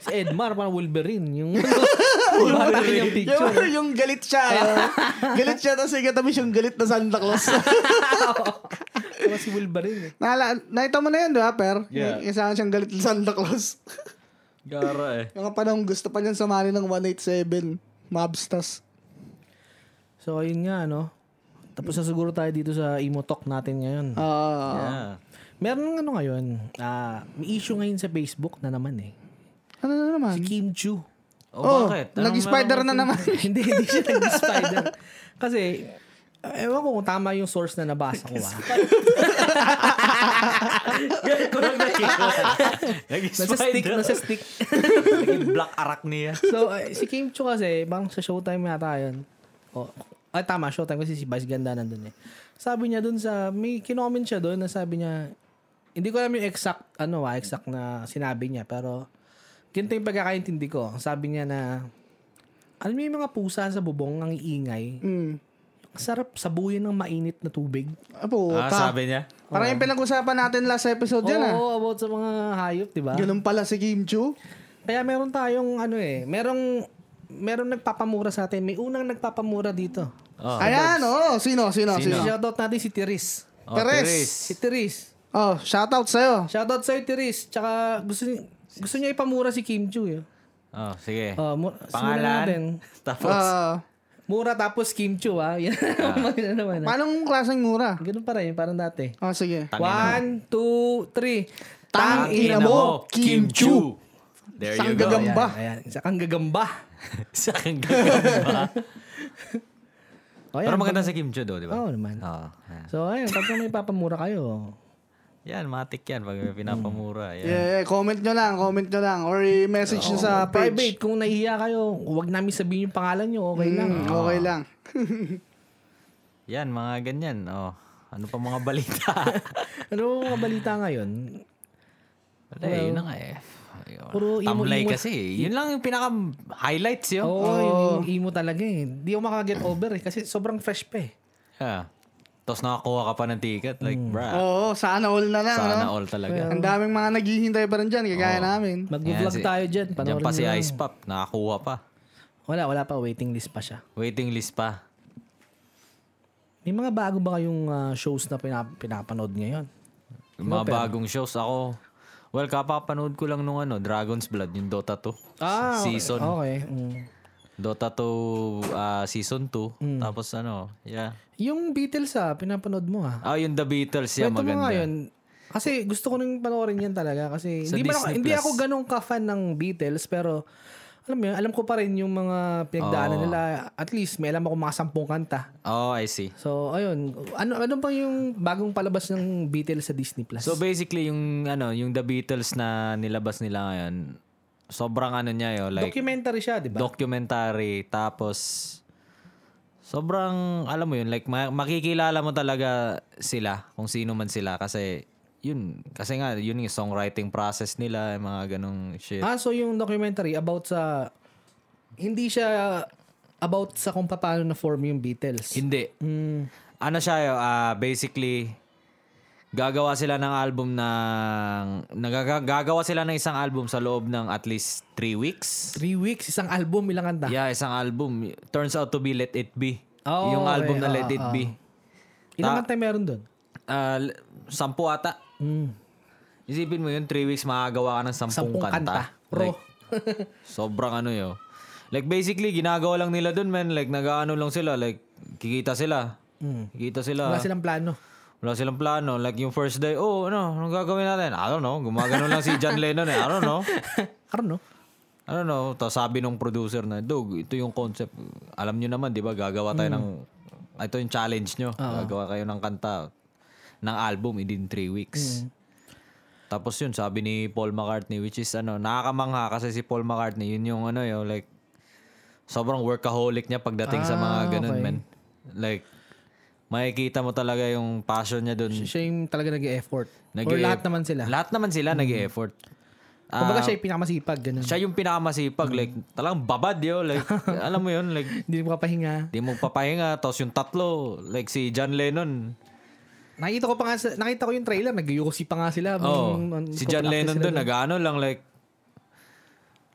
Si Edmar, parang Wolverine. Yung, yung bata Yung, niyang picture. yung galit siya. yung, galit siya, tapos ikatabi siyang galit na Santa Claus. Parang si Wolverine eh. Nala, nakita mo na yun, di ba, Per? Yeah. Isama siyang galit na Santa Claus. Gara eh. yung panahon gusto pa niyan sumali ng 187. Mobstas. So, ayun nga, no? Tapos na siguro tayo dito sa emo talk natin ngayon. Ah. Ah. Meron ng ano ngayon, ah, may issue ngayon sa Facebook na naman eh. ano na naman? Si Kim Ju. Oh, bakit? Anong Nag-spider meron? na naman. hindi, hindi siya nag-spider. Kasi, eh, ewan ko kung tama yung source na nabasa ko ah. Ganun ko lang nakita. Nasa stick, Nag-spider. nasa stick. Black arak niya. Ah, so, eh, si Kim Chu kasi, parang sa Showtime yata yun. O, ay, tama, Showtime kasi si Vice Ganda nandun eh. Sabi niya dun sa, may kinoment siya dun na sabi niya, hindi ko alam yung exact, ano ah, exact na sinabi niya, pero ganito yung pagkakaintindi ko. Sabi niya na, alam niyo yung mga pusa sa bubong ang iingay, Mm. ang sarap sabuyan ng mainit na tubig. Apo, Ah, ta. sabi niya. Parang yung pinag-usapan natin last episode yan ah. Oo, about sa mga hayop, di ba? Ganun pala si Kim Chu. Kaya meron tayong ano eh, merong merong nagpapamura sa atin. May unang nagpapamura dito. Oh. Ayan, oh. Sino, sino, Si sino? Shoutout natin si Tiris. Oh, Teres. Si Tiris. Oh, shoutout sa'yo. Shoutout sa'yo, Tiris. Tsaka gusto, ni- gusto niya ipamura si Kim Chu. Eh. Oh, sige. Oh, mu- simulan natin. Pangalan. Tapos. Ah, Mura tapos Kim Chu, ha? Yan Yan naman. ah. paano kung klaseng mura? Ganun pa rin, parang dati. Oh, sige. Tangina One, two, three. Tang ina mo, Kim Chu. There you go. Sanggagam- Gamba. Ayan, ayan. Isa kang gagamba. Sanggagamba. Oh, O, Oh, ayan. Pero maganda sa Kim Chu do, di ba? Ah, Oo naman. Oo. ayan. So, ayun. Tapos may papamura kayo. Yan, matik yan. Pag may pinapamura. Yan. Yeah, yeah, comment nyo lang, comment nyo lang. Or i-message nyo sa page. Private, kung nahihiya kayo, huwag namin sabihin yung pangalan nyo. Okay lang. Mm, okay lang. Yan, mga ganyan. Oh. Ano pa mga balita? Ano mga balita ngayon? Wala, eh, yun na nga eh. Ayun. Puro imo- Tamlay imo- kasi. eh. Yun lang yung pinaka-highlights yun. Oo, oh, yung emo talaga eh. Hindi ako makaget over eh. Kasi sobrang fresh pa eh. Yeah. Tapos nakakuha ka pa ng ticket. Like, Hmm. bruh. Ah. Oo, sana all na lang, Sana no? all talaga. Ang daming mga naghihintay pa rin dyan, kagaya namin. Yan, Mag-vlog si- tayo dyan. Diyan Panoorin pa si nyo. Ice Pop. Nakakuha pa. Wala, wala pa. Waiting list pa siya. Waiting list pa. May mga bago ba kayong ah, shows na pinap- pinapanood ngayon? Yung ah. mga bagong shows. Ako, well, kapapanood ko lang nung ano, Dragon's Blood, yung Dota 2. Ah, season. Okay. Mm. Dota 2 ah, Season 2. Hmm. Tapos ano, yeah. Yung Beatles ah, pinapanood mo ah. Ah, yung The Beatles, yeah, Kwento mo maganda. nga yun. Kasi gusto ko nang panoorin yan talaga kasi Sa hindi, man ako, Disney hindi Plus. ako ganong ka-fan ng Beatles pero alam mo yun, alam ko pa rin yung mga pinagdaanan nila. At least may alam ako mga sampung kanta. Oh, I see. So, ayun. Ano, ano bang yung bagong palabas ng Beatles sa Disney Plus? So basically yung ano, yung The Beatles na nilabas nila ngayon, sobrang ano niya yo, like documentary siya, di ba? documentary tapos sobrang alam mo yun, like ma- makikilala mo talaga sila kung sino man sila kasi yun kasi nga yun yung songwriting process nila, yung mga ganong shit. ah, so yung documentary about sa... Hindi siya about sa kung paano na-form yung Beatles. Hindi. Mm, ano siya, yo, ah, basically, gagawa sila ng album ng, nagaga- gagawa sila ng isang album sa loob ng at least three weeks. three weeks, isang album, ilang kanta. Yeah, isang album. Turns out to be Let It Be. Oh, yung okay. album na Ah, Let It ah. Be. Ilang Ta- kanta meron doon? Ah, l- sampu ata. Mm, Isipin mo yun, three weeks makagawa ka ng sampung, sampung kanta. kanta. Bro. Like, sobrang ano yo. Like basically, ginagawa lang nila dun, man. Like nagaano lang sila. Like kikita sila. Kikita sila. Hmm. Wala silang plano. Wala silang plano. Like yung first day, oh, ano, anong gagawin natin? I don't know. Gumagano lang si John Lennon eh. I don't know. I don't know. I don't know. Tapos sabi nung producer na, Dog, ito yung concept. Alam nyo naman, di ba? Gagawa tayo Hmm. ng, ito yung challenge nyo. Gagawa kayo ng kanta ng album within three Hmm. weeks. Tapos yun, sabi ni Paul McCartney, which is ano, nakakamangha kasi si Paul McCartney, yun yung ano yun, like, sobrang workaholic niya pagdating sa Ah, mga ganun, man. Like, makikita mo talaga yung passion niya dun. Siya yung talaga nag-effort. Or Nag-e- lahat naman sila. Hmm. Lahat naman sila nag-effort. Ah. Kumbaga siya yung pinakamasipag, ganun. Siya yung pinakamasipag. Like, Mm. talagang babad yo. Like, alam mo yun. Like, Hindi mo kapahinga. di mo papahinga. Tapos yung tatlo, like si John Lennon. Nakita ko pa nga, sa- nakita ko yung trailer, nag-yosi pa nga sila. Oh, Nung- nung- si John nung- Lennon sila doon, nag-ano lang, like,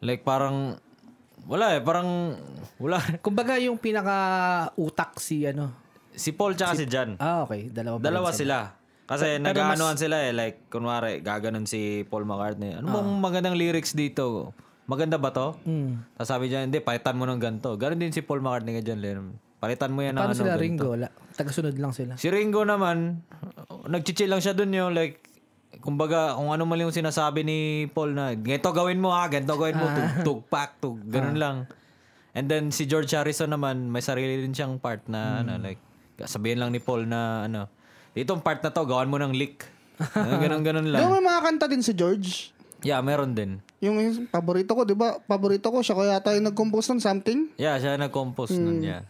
like parang, wala eh, parang, wala. Kumbaga yung pinaka-utak si ano. Si Paul tsaka si, John. Ah, okay. Dalawa pa rin Dalawa sila. sila. Kasi nag-anoan sila eh. Like, kunwari, gaganon si Paul McCartney. Ah. Ano bang magandang lyrics dito? Maganda ba to? Hmm, Tapos sabi niya, hindi, palitan mo ng ganito. Ganon din si Paul McCartney kay John Lennon. Palitan mo yan ng Paano ano. sila ganito. Ringo? La, tagasunod lang sila. Si Ringo naman, nagchichill lang siya dun yun. Like, kumbaga, kung ano man yung sinasabi ni Paul na, ganito gawin mo ha, ganito gawin mo, tug, tug, pak, tug, ganun lang. And then si George Harrison naman, may sarili din siyang part na, ano, like, sabihin lang ni Paul na, ano, itong part na to, gawan mo ng leak. ganun, ganun lang. Yung may mga kanta din si George. Yeah, meron din. Yung yung paborito ko, di ba? Paborito ko, siya ko yata yung nag-compose ng something. Yeah, siya nag-compose nun, yeah.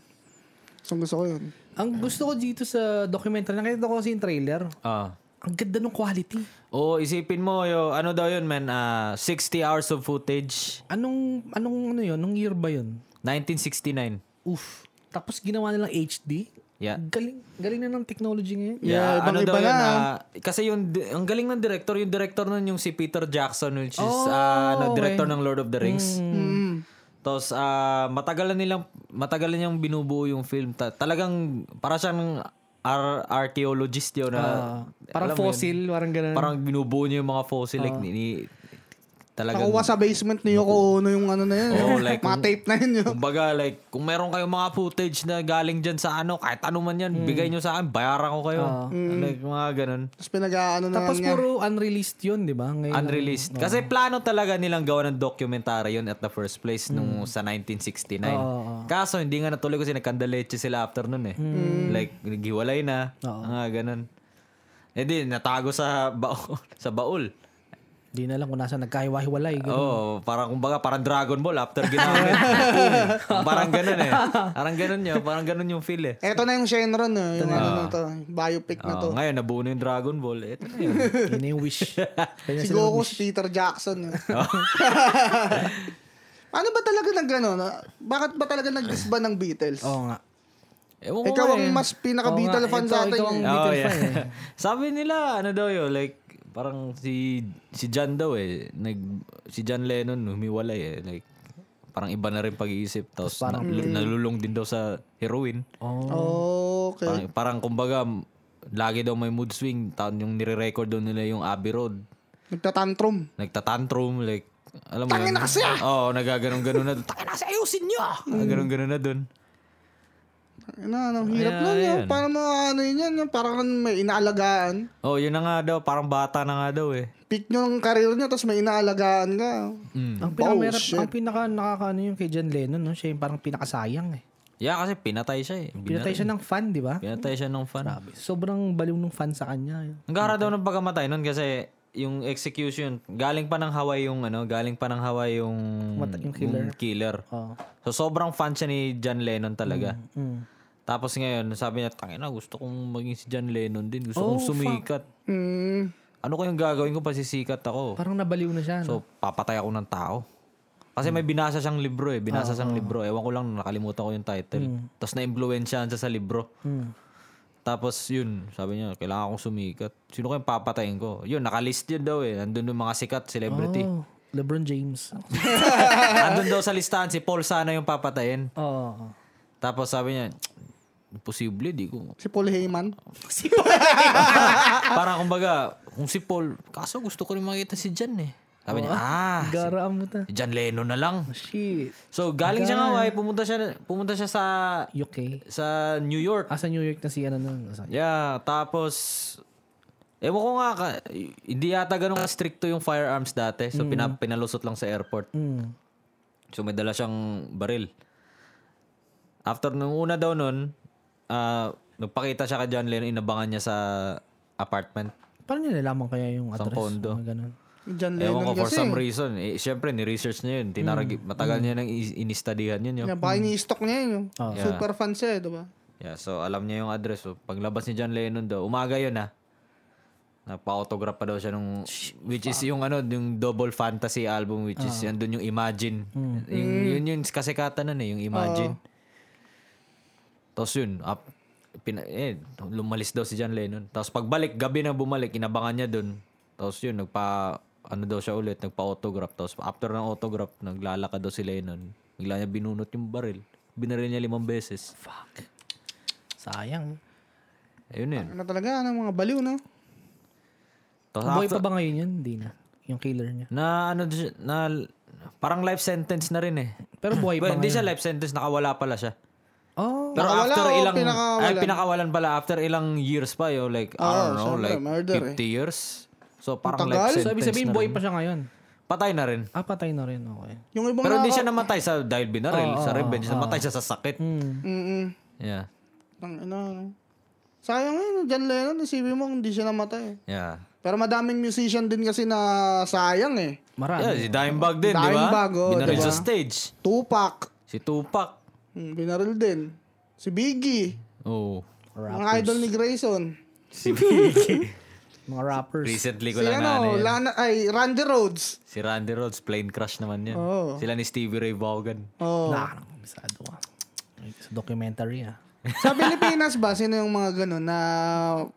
So gusto ko yun. Ang gusto ko dito sa documentary, nakita ko kasi yung trailer. Ah. Ang ganda ng quality. Oo, isipin mo, yo, ano daw yun, man, ah, 60 hours of footage, Anong, anong ano yun? Anong year ba yun? 1969. Oof. Tapos ginawa nilang HD. Yeah. Galing, galing na ng technology ngayon. Yeah, ibang daw iba yun, na. ah, kasi yung, ang galing ng director, yung director nun yung si Peter Jackson, which is Oh, ah, ano, okay. director ng Lord of the Rings. Mm. Tapos, ah, matagal na nilang, matagal na niyang binubuo yung film. Ta- talagang, para siyang ar- archaeologist yun na, Ah, alam mo parang yun, fossil, parang ganun. parang binubuo niya yung mga fossil. like, ni, ni- talagang, Ah. Nakuha sa basement ni Yoko Ono yung ano na yun. Oo, like- mga tape na yun. yun. kumbaga, like, kung meron kayong mga footage na galing dyan sa ano, kahit ano man Mm. yan, bigay niyo sa akin, bayaran ko kayo. Ah. Like, mga ganun. Tapos pinag-ano na lang Tapos niya. puro unreleased yun, di ba? Ngayon, Unreleased. Kasi plano talaga nilang gawa ng documentary yun at the first place nung sa 1969. Kaso hindi nga natuloy kasi nagkandaleche sila after nun eh. Like naghiwalay na. Mga ganun. Eh di natago sa baul, sa baul. Di na lang kung nasa nagkahiwa-hiwalay. Oh, parang kumbaga parang Dragon Ball after ginamit. parang ganun eh. Parang ganun yun. Parang ganun yung feel eh. Eto na yung Shenron, ah, yung ano na to, biopic na Oh, to. ngayon nabuo na yung Dragon Ball. Ito na yun. Yun na yung wish. Kanya Si sila Goku, si Peter Jackson. yun. ano ba talaga nag ano? na- Bakit ba talaga nag-disband ng Beatles? Oo nga. Ewan ko Ikaw nga ang eh. mas Oh. Oo nga, pinaka-Beatle fan ikaw- sa atin. ikaw ang- eh. Oh, Beatle fan yeah. Sabi nila, ano daw yun, like, parang si si John daw eh, nag, si John Lennon humiwalay eh, like, parang iba na rin pag-iisip. Tapos parang, nalulong din daw sa heroin. Oh. Parang, Okay. parang kumbaga, m- lagi daw may mood swing. Taon yung nire-record daw nila yung Abbey Road. Nagtatantrum. Nagtatantrum, like, Alam mo Tangin yun? na kasi ah! Oo, oh, nagaganon-ganon na doon. Tangin na kasi, ayusin niyo! ah! Nagaganon-ganon na doon. Ano, ano, hirap Kaya, nun. yun. ayun. Parang mga ano yun yan. yung Parang may inaalagaan. Oo, oh, yun na nga daw. Parang bata na nga daw eh. Peak nyo ng karir nyo, tapos may inaalagaan ka. Mm. Ang pinaka, Oh, merap- shit. ang pinaka nakakaano yung kay John Lennon, no? siya yung parang pinakasayang eh. Yeah, kasi pinatay siya eh. Pinatay siya ng fan, di ba? Pinatay siya ng fan. Sobrang baliw ng fan sa kanya. eh. Ang gara daw ng pagkamatay nun kasi yung execution, galing pa ng Hawaii yung ano, galing pa ng Hawaii yung, Mata- yung killer. killer. Oo. So sobrang fan siya ni John Lennon talaga. Mm. Tapos ngayon, sabi niya, tangina, gusto kong maging si John Lennon din. Oh, Gusto kong sumikat. Mm. Ano kayang gagawin ko pasisikat ako? Parang nabaliw na siya. No? So, papatay ako ng tao. Kasi may binasa siyang libro eh. Binasa siyang libro. Ewan ko lang, nakalimutan ko yung title. Tapos na-influensyahan siya sa libro. Tapos yun, sabi niya, kailangan akong sumikat. Sino kayang papatayin ko? Yun, nakalist yun daw eh. Nandun yung mga sikat, celebrity. Oh, LeBron James. Nandun daw sa listahan, si Paul sana yung papatayin. Oo. Oh. Tapos sabi niya, imposible, di ko. Si Paul Heyman. Parang kumbaga, kung si Paul, kaso gusto ko rin makita si John eh. Sabi niya, ah, Gara ang muta. si John Lennon na lang. Shit. So galing siya nga Hawaii, pumunta siya pumunta siya sa UK. sa New York. Asa New York na si ano nun? Asa? Yeah, tapos Ewan ko nga, ka, hindi yata ganun stricto yung firearms dati. Mm. So, pina- pinalusot lang sa airport. Mm. So, may dala siyang baril. After nung una daw nun, ah, nagpakita siya kay John Lennon, inabangan niya sa apartment. Paano nila nalaman kaya yung Sa address? condo. Mga ganun. John Ewan ko, Lennon for kasi. Mm. some reason. Eh, Siyempre, ni-research niya yun. Tinarag, Matagal niya nang i- inistudyhan yun. Yung Yan, baka ini-stock niya yun. Yung Oh. Yeah. Super fan siya, eh, diba? Yeah, so alam niya yung address. So, paglabas ni John Lennon daw, umaga yun ah. Napa-autograph pa daw siya nung, which is yung ano, yung double fantasy album, which is yun yung Imagine. Yung, yun yung kasikatan nun eh, yung Imagine. Tapos yun, up, pina, eh, lumalis daw si John Lennon. Tapos pagbalik, gabi na bumalik, inabangan niya dun. Tapos yun, nagpa, ano daw siya ulit, nagpa-autograph. Tapos after ng autograph, naglalakad daw si Lennon. Bigla niya binunot yung baril. Binaril niya limang beses. Fuck. Sayang. Ayun yun. Ano talaga, ano, mga baliw, no? Tapos Buhay after- pa ba ngayon yun? Hindi na. Yung killer niya. na ano siya- na parang life sentence na rin eh. Pero buhay Well, pa hindi siya ngayon. life sentence, nakawala pala siya. Oh. Pero Nakawala after o ilang pinakawalan? Ah, ay pinakawalan pala after ilang years pa yo like I don't know syempre, like murder eh. 50 years. So parang Ang tagal. life So, ibig sentence. sabihin, na buhay rin. pa siya ngayon. Patay na rin. Ah, patay na rin. Okay. Yung ibang Pero hindi naka- siya namatay sa dahil binaril, sa revenge, namatay siya sa sakit. Hmm. Mm-mm. Yeah. Ang ina, ano. Sayang yun, John Lennon, isipin mo kung hindi siya namatay. eh. Yeah. Pero madaming musician din kasi na sayang eh. Marami. Yeah, si Dimebag din, di ba? Dimebag, oh, Binaril di ba? sa stage. Tupac, Si Tupac. mm, binaril din. Si Biggie, Oh. mga idol ni Grayson. Si Biggie. Mga rappers. Recently ko Si lang na ano ano, yan. Lana, ay, Randy Rhodes. Si Randy Rhodes, plane crash naman yan. Oo. Sila ni Stevie Ray Vaughan. Oh. Nakakamisado ah. Ay, Sa documentary ah. Sa Pilipinas ba, sino yung mga ganun na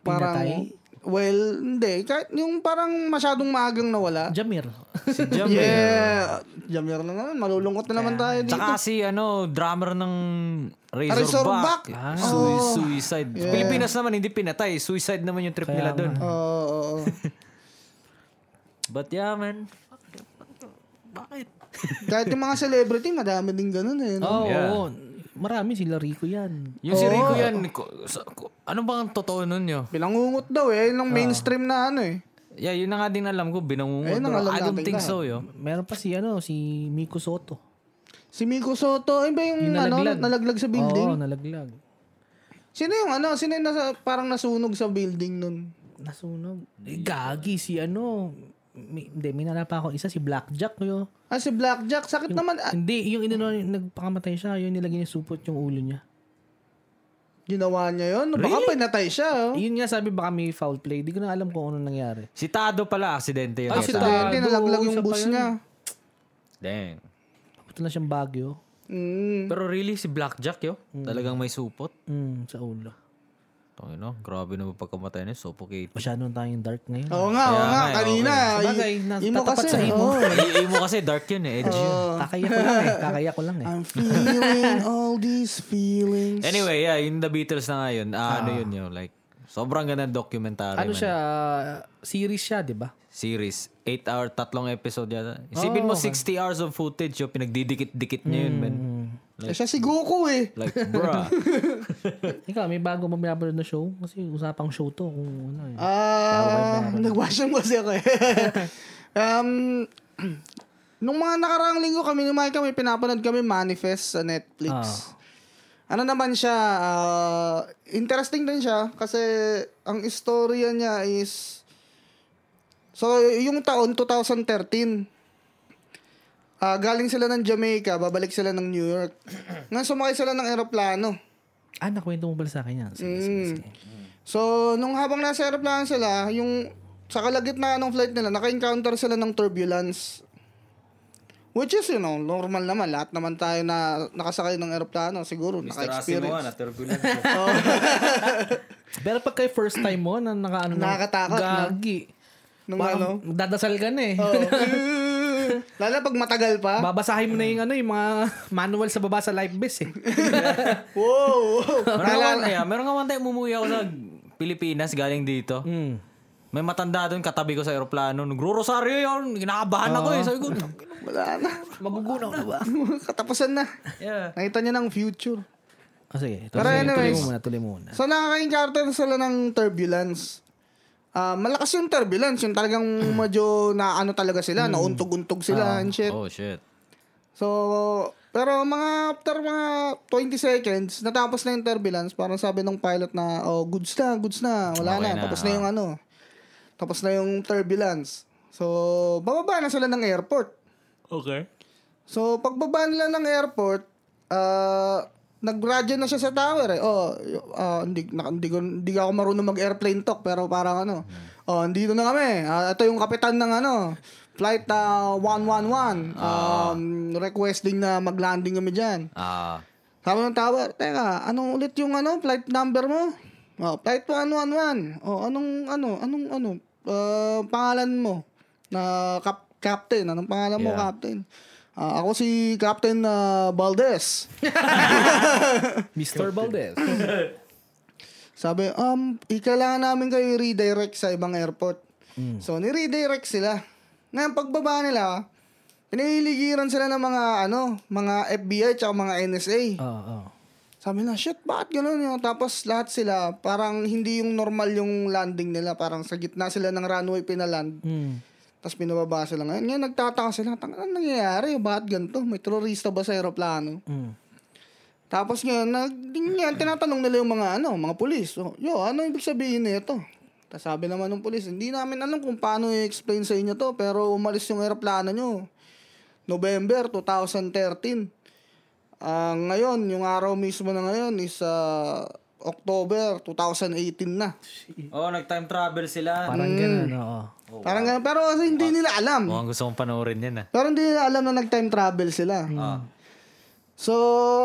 parang... Pinatay? Well, hindi. Kahit yung parang masyadong maagang nawala. Jamir. Si Jamel. Yeah. Jamir na naman. Malulungkot na naman tayo dito. Tsaka si ano, drummer ng Razorback. Ah. Razorback. Ah, Sui- suicide. Sa Pilipinas naman, hindi pinatay. Suicide naman yung trip nila doon. Oo, oo, oo. But yeah, man. Kahit yung mga celebrity, madami din ganun eh. No? Oo. Yeah. oo. Marami sila Rico yan. Yung si Rico yan, ko- sa- ko- ano bang ang totoo nun yun? Pinangungot daw eh. Yung mainstream na ano eh. Yeah, yun na nga din alam ko, binangungot. Ayun ang daw. alam I don't natin think lahat. so, yo. Meron pa si ano, si Miko Soto. Si Miko Soto, eh ba yung, nalaglag. ano, nalaglag sa Oo, building? nalaglag. Sino yung ano? Sino yung nasa, parang nasunog sa building nun? Nasunog. Eh, Gagi si ano. Mi- Hindi, minala pa ako isa, si Blackjack. Yo. Ah, si Blackjack. Sakit naman. Ah, Hindi, yung inano, yung nagpakamatay siya, yun nilagay niya supot yung ulo niya. ginawa niya yun. Baka pinatay siya. Oh. Yun nga sabi baka may foul play. Di ko na alam kung ano nangyari. Si Tado pala, aksidente yun. Ay, Kaya si Tado. Tado. Dati nalaglag yung isa pa bus yun. niya. Dang. Papunta na siyang bagyo. Mm. Pero really, si Blackjack, yo. Talagang may supot. Mm, sa ulo. Tangino, grabe naman pagkamatay niya, suffocate. Masyadong tayong dark ngayon. Oo nga, oo nga. Kanina. eh, Sabagay, i- nas- imo tatapat sa imo. oo. Iiwi mo kasi dark yun eh, edgy yun. Kakaya ko lang eh. Kakaya ko lang eh. I'm feeling all these feelings. Anyway, yeah, yung The Beatles na nga yun. Ah, ano yun yun, like, Sobrang ganda documentary. man. Ano siya, series siya, di ba? Series. 8 hour, tatlong episode yata. Isipin mo Oh, 60 hours of footage. Yo, pinagdidikit-dikit niya yun, man. Mm. eh, siya si Goku eh. Like, bruh. Ikaw, may bago mo pinapanood na show? Kasi usapang show to. Kung ano eh. Ah, nag-wash up kasi ako eh. um, nung mga nakaraang linggo kami ni Mike, may pinapanood kami Manifest sa Netflix. Ano naman siya, ah, interesting din siya kasi ang istorya niya is So, yung taon 2013, ah, galing sila ng Jamaica, babalik sila ng New York. Ngayon sumakay sila ng eroplano. Ah, nakwento mo pala sa akin yan. Sige, sige, Mm. sige. So, nung habang nasa aeroplano sila, yung sa kalagitnaan ng flight nila, naka-encounter sila ng turbulence. Which is, you know, normal naman. Lahat naman tayo na nakasakay ng aeroplano. Siguro, ano? naka-experience. turbulence. Pero pag kay first time mo, na nakaano na- Nakakatakot, no? Gagi. Nung ano? Parang Dadasal ka na eh. Lalo pag matagal pa. Babasahin mo na yung ano, yung mga manual sa baba sa life vest eh. Wow! wow. meron nga one, yeah, meron nga one time umuwi ako sa Pilipinas galing dito. Mm. May matanda doon katabi ko sa aeroplano. Nagro-rosaryo yun. Kinakabahan ako Ah. eh. Sabi ko, Wala na. Magugunaw na ba? Katapusan na. yeah. Nakita niya ng future. Ah, sige. Pero Tuloy, tuloy anyways. mo muna, tuloy mo muna. So nakaka-encounter sila ng turbulence. Ah, malakas yung turbulence, yung talagang medyo na ano talaga sila, nauntog-untog sila and shit. Oh, shit. So, pero mga after mga 20 seconds, natapos na yung turbulence, parang sabi ng pilot na, oh, goods na, goods na, wala Okay na, na, tapos na yung ano, tapos na yung turbulence. So, bababa na sila ng airport. Okay. So, pagbaba nila ng airport, ah, nag-radio na siya sa tower eh. Oh, y- ah, hindi, na, hindi, ko- hindi ako marunong mag-airplane talk, pero parang ano. Oh, andito na kami. Ah, ito yung kapitan ng ano, flight ah, 111. Um, requesting na mag-landing kami dyan. Ah. Sabi ng tower, teka, anong ulit yung ano, flight number mo? Oh, flight 111. Oh, anong ano, anong ano, ah, pangalan mo? Na kap- captain, anong pangalan mo, captain? Ah, ako si Captain ah, Valdez. Mr. Valdez. Sabi, um, ikailangan namin kayo redirect sa ibang airport. So, ni-redirect sila. Ngayon, pagbaba nila, pinahiligiran sila ng mga, ano, mga FBI tsaka mga NSA. Oo, oo. Sabi na, shit, bakit ganun yun? Tapos lahat sila, parang hindi yung normal yung landing nila. Parang sa gitna sila ng runway pinaland. Mm. Tapos pinababa sila ngayon. Ngayon nagtataka sila, "Tang- ano nangyayari? Bakit ganito? May terorista ba sa aeroplano? Mm. Tapos ngayon, nag, ngayon, tinatanong nila yung mga ano, mga pulis. So, yo, ano ibig sabihin nito? Tapos sabi naman ng pulis, hindi namin alam kung paano i-explain sa inyo to, pero umalis yung eroplano nyo. November 2013. Ah, ngayon, yung araw mismo na ngayon is ah, October 2018 na. Oh, nag-time travel sila. Mm. Parang ganun, oo. Parang ganun, pero kasi hindi nila alam. Mukhang gusto kong panoorin yan ah. Pero hindi nila alam na nag-time travel sila. So,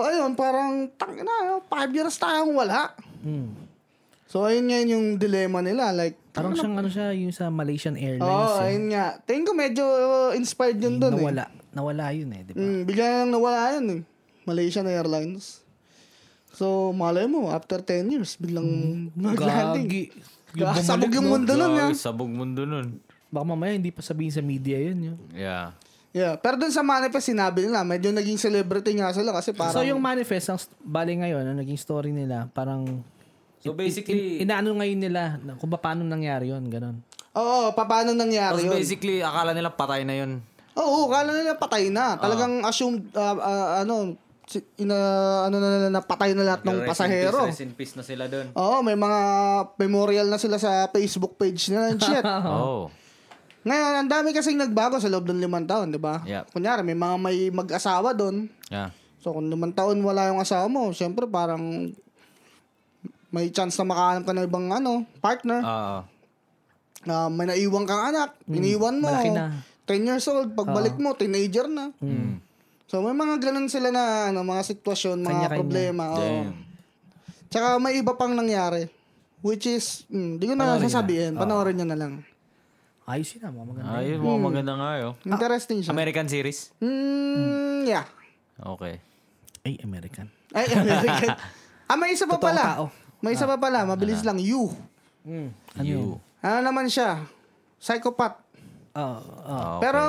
ayun, parang, tangin na, five years tayong wala. Hmm. Mm. So, ayun nga yung dilemma nila. Like, Parang siyang ano siya, yung sa Malaysian oo, Airlines. oh, ayun nga. Tingin ko medyo uh, inspired yun dun eh. nawala. Nawala yun eh, di ba? Mm, bigla na lang nawala yun eh. Malaysian Airlines. So, malay mo, after 10 years, biglang mag-landing. Gagi. Hmm. Gagi. Sabog yung mundo Ano nun eh. Grabe, yan. Oh, Sabog mundo nun. Baka mamaya hindi pa sabihin sa media yun. yun. Yeah. Yeah. Pero dun sa manifest, sinabi nila, medyo naging celebrity nga sila kasi parang... So yung manifest, ang st- bali ngayon, ang naging story nila, parang So basically, in, inaano ngayon nila na kung ba- paano nangyari yun, ganun. Oo, pa- paano nangyari tapos yun? basically, akala nila patay na yun. Oo, oh, kala nila patay na. Talagang assumed, ah, ah, ano, si- ina, ano na nila, napatay na lahat ng pasahero. Rest in peace na sila dun. Oo, oh, may mga memorial na sila sa Facebook page nila and shit. Oh. Ngayon, ang dami kasing nagbago sa loob ng limang taon, di ba? Yep. Kunyari, may mga may mag-asawa doon. Yeah. So, kung limang taon wala yung asawa mo, syempre parang may chance na makahanap ka ng ibang ano, partner. Ah. Ah, may naiwan kang anak, iniwan mo. Hmm, malaki na. Hmm. 10 years old, pagbalik mo, teenager na. So, may mga ganun sila na ano, mga sitwasyon, mga Kanya-kanya. problema. oo. Tsaka may iba pang nangyari. Which is, mm, di ko na sasabihin. Panoorin niya na lang. Ayos yun ah, mga maganda. Ayun, mukhang maganda nga yun. Ah. Interesting siya. American series? Mm, yeah. Hmm. Okay. Ay, American. Ay, American. ah, may isa pa pala. tao. Ah. May isa pa pala. Mabilis lang. You. Mm. You. Ano naman siya? Psychopath. Ah, ah. Ah, okay. Pero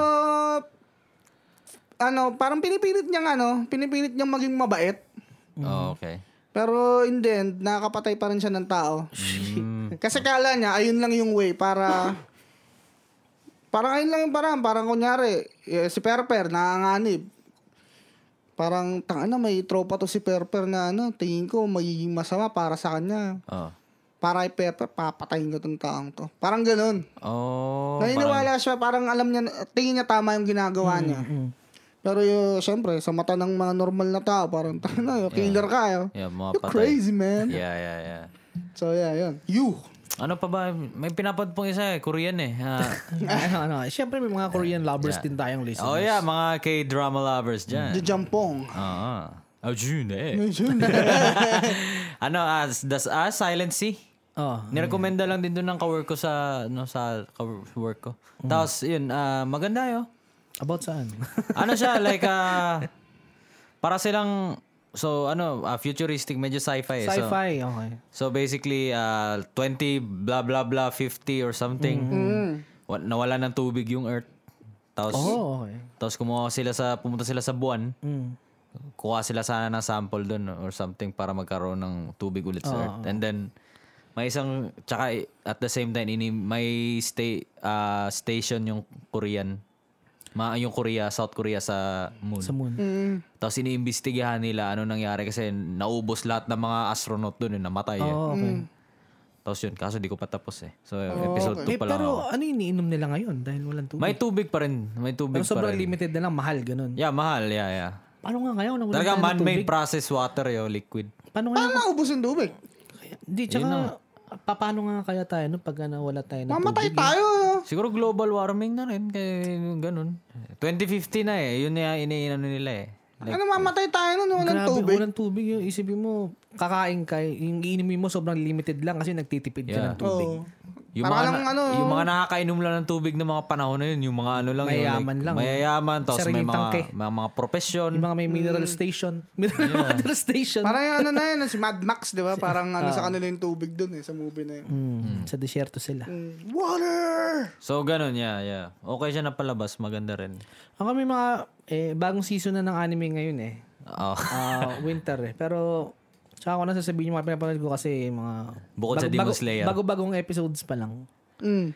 ano, parang pinipilit niyang ano, pinipilit niyang maging mabait. Ah, okay. Pero in the end, nakakapatay pa rin siya ng tao. Hmm. Kasi kala niya, ayun lang yung way para... parang ayun lang yung parang. Parang kunyari, eh, si Perper, nanganganib. Parang, tanga na, may tropa to si Perper na ano, tingin ko magiging masama para sa kanya. Oh. Para kay Perper, papatayin ko tong taong to. Parang ganun. Oh. Naniniwala siya, parang alam niya, tingin niya tama yung ginagawa niya. Pero yun, syempre, sa mata ng mga normal na tao, parang, tanga na, killer ka. Yo. Parang, yeah, mga You're patay. crazy, man. Yeah, yeah, yeah. So, yeah, yun. You. Ano pa ba? May pinapad pong isa eh. Korean eh. Ah. ano, ano. Siyempre, may mga Korean lovers din tayong list. oh yeah, mga K-drama lovers dyan. The Jampong. Ah. Ah, June eh. ano, as, das, ah, Silent Sea. Oh. Nirekomenda lang din doon ng kawork ko sa, no, sa kawork ko. Tapos, yun, ah, maganda yun. About saan? ano siya, like, ah, para silang, so, ano, ah, futuristic, medyo sci-fi. eh. So, Sci-fi. Okay. So basically, uh, 20 blah blah blah 50 or something. Wa- Nawala ng tubig yung Earth. Tapos, Oh, okay. Hmm. tapos kumuha sila sa, pumunta sila sa buwan. Kuha sila sana ng sample doon or something para magkaroon ng tubig ulit sa Earth. And then, may isang, tsaka i- at the same time, ini, may stay, uh, station yung Korean. Ma, yung Korea, South Korea sa moon. Sa moon. Mm. Tapos iniimbestigahan nila ano nangyari kasi naubos lahat ng mga astronaut doon, namatay eh. Oh, okay. Tapos yun, kaso di ko pa tapos eh. So, episode 2 Eh, pa lang ako. pero ano yung iniinom nila ngayon? Dahil walang tubig. Oh. May tubig pa rin. May tubig Pero pa sobrang rin. limited na lang. Mahal, ganun. Yeah, mahal. Yeah, yeah. Paano nga ngayon? Wala Talaga tayong man-made tubig? processed water yo liquid. Paano nga? Paano naubos Ano, yung tubig? Hindi, tsaka... pa- Paano nga kaya tayo no, pag na, wala tayo ng tubig? Mamatay tayo. no? Siguro global warming na rin. Kaya yung ganun. 2050 na eh. Yun yung iniinano nila eh. Ano mamatay tayo nun? Walang Grabe, tubig. walang tubig. Yung isipin mo, kakain ka, yung iinumin mo sobrang limited lang kasi nagtitipid ka Yeah. ng tubig. Oo. Yung mga, Para lang na- ano, yung mga nakakainom lang ng tubig ng mga panahon na yun, yung mga ano lang yun. Mayayaman lang. oh. Mayayaman, tapos may Sariling mga, tangke. mga, mga profesyon. Yung mga may mineral station. Mineral station. Oh. Mm. Parang yung ano na yun, si Mad Max, di ba? Parang ano sa kanila yung tubig dun eh, sa movie na yun. Mm, Sa desierto sila. Mm. Water! So, ganun, yeah, yeah. Okay siya na palabas, maganda rin. Ang kami mga, eh, bagong season na ng anime ngayon eh. Oh. Ah, winter eh. Pero, tsaka ko na sasabihin yung mga pinapanood ko kasi mga... Bukod sa Demon Slayer. Bago-bagong episodes pa lang. Mm.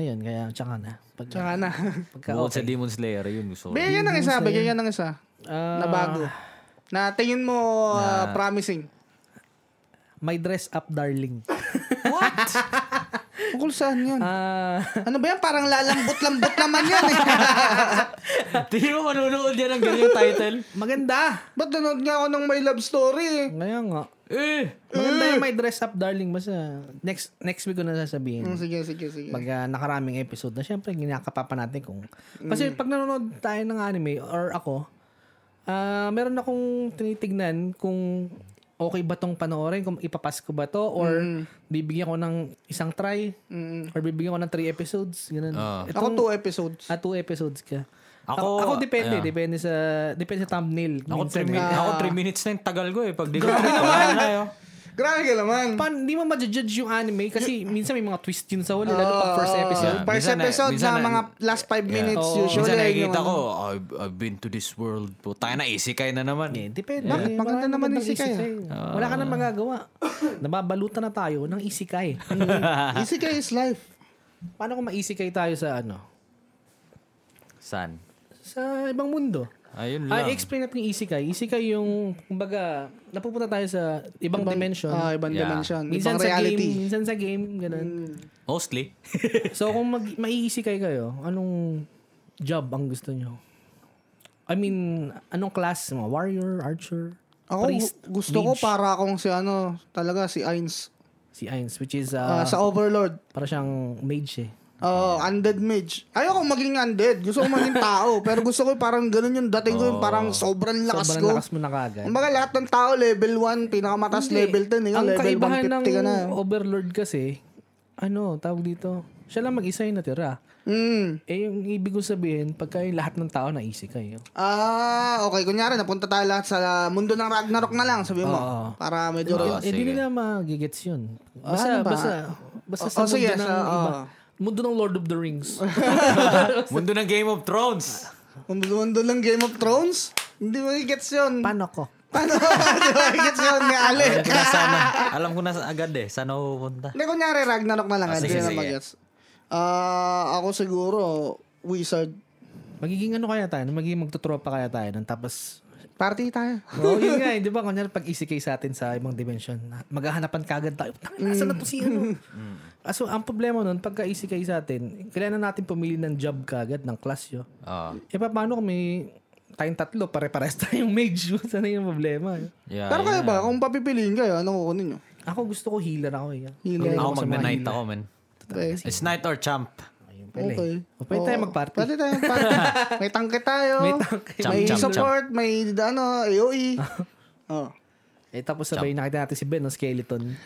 Ayun, kaya tsaka na. Pag, Tsaka na. pagka, Bukod sa Demon Slayer, yun gusto ko. bigyan ng isa, bigyan ng isa. Ah, na bago. Na tingin mo ah, promising. My Dress Up Darling. Tungkol saan yun? Ah, ano ba yan? Parang lalambot-lambot naman yan eh. Tingin mo manunood yan ng ganyang title? maganda! Ba't nanood nga ako ng My Love Story eh? Ngayon nga. Eh! Maganda yung My Dress Up Darling. Basta next, next week ko na sasabihin. Mm, sige, sige, sige. Pag ah, nakaraming episode na, syempre, ginakapapa natin kung... Kasi pag nanonood tayo ng anime, or ako, ah meron akong tinitignan kung okay ba tong panoorin, kung ipapas ko ba to, or Mm. bibigyan ko ng isang try, Mm. or bibigyan ko ng three episodes, ganun. Ah. Ako Itong, two episodes. ah, two episodes ka. Ako- A- ako depende, yeah. depende sa depende sa thumbnail. Ako Minsan, 3 minutes, eh. ako three minutes na yung tagal ko eh. Pag di ko wala na yun. Grabe ka naman. Pan, di mo ma-judge yung anime kasi minsan may mga twist yun sa huli, lalo pag first episode. Yeah. Ah, First Minsan na- episode minsan na na- mga last 5 minutes Oo. usually. Minsan yung nakikita ano. ko, I've, I've been to this world. Puta na, isikay na naman. Eh, depende. Bakit? Wala Maganda naman magandang isikay, ah. eh. Wala ka nang magagawa. Nababalutan na tayo ng isikay. Isikay is life. Paano kung maisikay tayo sa ano? San? Sa ibang mundo. Ayun lang. Ah, explain natin yung isikay. Isikay yung, kumbaga, napupunta tayo sa ibang, dimension. Ah, ibang Yeah. dimension. minsan ibang sa reality. Hmm. game, minsan sa game, ganun. Mostly. so, kung mag, maiisikay kayo, anong job ang gusto nyo? I mean, anong class mo? Warrior, archer, Ako, priest, gu- gusto ko para akong si ano, talaga si Ainz. si Ainz, which is, Ah, uh, sa Overlord. para siyang mage eh. Oo, undead mage. Ayoko maging undead. Gusto ko maging tao. pero gusto ko parang ganun yung dating ko. Yung parang sobrang lakas Sobrang ko. lakas mo na kagad. Kumbaga lahat ng tao level 1, pinakamataas level 10. Ikaw Ang level kaibahan 150 ng ka na. Overlord kasi, ano, tawag dito, siya lang mag-isa yung natira. Mm. Eh, yung ibig kong sabihin, pagka yung lahat ng tao eh. naisik kayo. Ah, okay. Kunyari, napunta tayo lahat sa mundo ng Ragnarok na lang, sabi mo. Oo. Para medyo... Oo. eh, di sige. nila magigets yun. ano Basta, ba? basta, Basta Oh, oh, sa sige, mundo ng sa- iba. oh. Mundo ng Lord of the Rings. Mundo ng Game of Thrones. Mundo lang Game of Thrones? Hindi mo gets yun. Paano ko? Paano? Hindi mo gets yun ni Alam Alec. ko na sana. Alam ko na sa- agad eh. Saan ako pupunta? Hindi, kunyari Ragnarok na lang. Ah, Hindi sige, na sige. mag-gets. Ah, ako siguro, Wizard. Magiging ano kaya tayo? Magiging magtutropa kaya tayo nun? Tapos, Party tayo. oh, yun nga eh. Di ba? Kunyari, pag isikay sa atin sa ibang dimension, na- maghahanapan kagad tayo. "Tangina, Nasaan na to si ano? Ah, So, ang problema nun, pagka isikay sa atin, kailangan natin pumili ng job kagad, ng class yun. Oo. E pa, paano kung may tayong tatlo, pare-pares tayong mage? Sana yung problema. Yeah, Pero kayo Ah, yeah. ba? Kung papipiliin kayo, ano kukunin nyo? Ako gusto ko healer ako eh. Healer. Magaling Ako sa mga magna-night healer. ako, man. Okay. It's night or champ. Ayun, pala eh. Okay. O, pwede tayo Oo. mag-party. Pwede tayo mag-party. may tangke tayo. May tangke. Champ, may champ, support, may ano, AOE. oh. Eh, tapos sabay nakita natin si Ben, no, skeleton.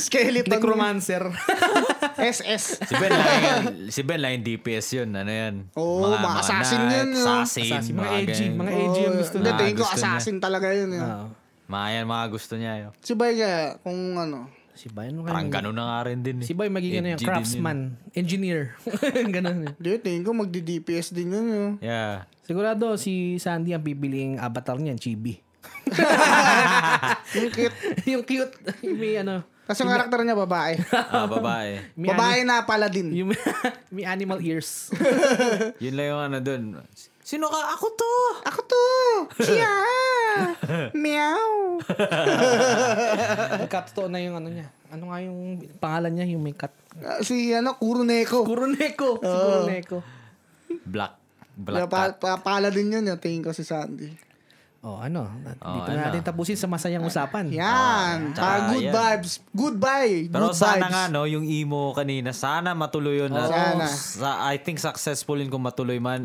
Skeleton. Necromancer. SS. Si Ben lang si Ben lang DPS yun. Ano yan? Oo, mga assassin knight, yun, no? Assassin. Assassin, mga edgy, ganyan. mga edgy ang gusto Ah. Hindi, niya. tingin ko Gusto niya. assassin talaga yun. yun. Oo. Mga yan, mga gusto niya. Yun. Si Bay kaya, kung ano. Si Boy, ano Parang kaya? ganun na nga rin din eh. Si Boy magiging ano Edgy yung din yun. craftsman, engineer. ganun. yun. Hindi, tingin ko magdi-DPS din yun. eh. yun. Yeah. Sigurado si Sandy ang pipiling avatar niyan, Chibi. Yung cute. yung cute, yung may ano, Tapos yung karakter niya, babae. Ah, babae. may, babae na pala din. yung may animal ears. Yun lang yung ano dun. Sino ka? Ako to! Ako to! Siya! Meow! Nagkatotoo na yung ano niya. Ano nga yung pangalan niya, yung may cut. Ah, si ano, Kuruneko. Oh. Kuroneko. Si Kuroneko. Black. Black Black pa, pa, pala din yun, yun, tingin ko si Sandy. Oh, ano? Dito ano. na natin tapusin sa masayang usapan. Yan! tsaka Ah, good yan. vibes. Goodbye! Good Pero vibes. sana nga no, yung emo kanina, sana matuloy yun. At Sana. sa- I think successful yun kung matuloy man.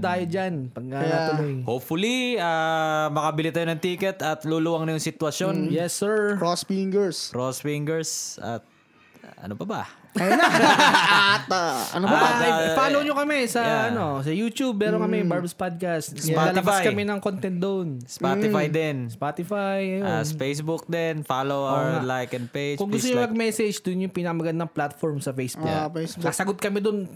And tayo dyan. Pag nga Kaya- natuloy. hopefully, ah, makabili tayo ng ticket at luluwang na yung Mm. sitwasyon. Yes, sir. Cross fingers. Cross fingers at ano pa ba? Ayun na. At, ah, ano ba? Ah, Ah, da- follow nyo kami sa Yeah. Mm. ano sa YouTube. Meron kami Barb's Podcast. Lalakas Spotify. kami ng content doon. Spotify Mm. din. Spotify. ayun. As Facebook din. Follow our like and page. Kung Ah, gusto Please nyo like. mag-message, doon yung pinakamagandang platform sa Facebook. Ah, Facebook. Sasagot kami doon.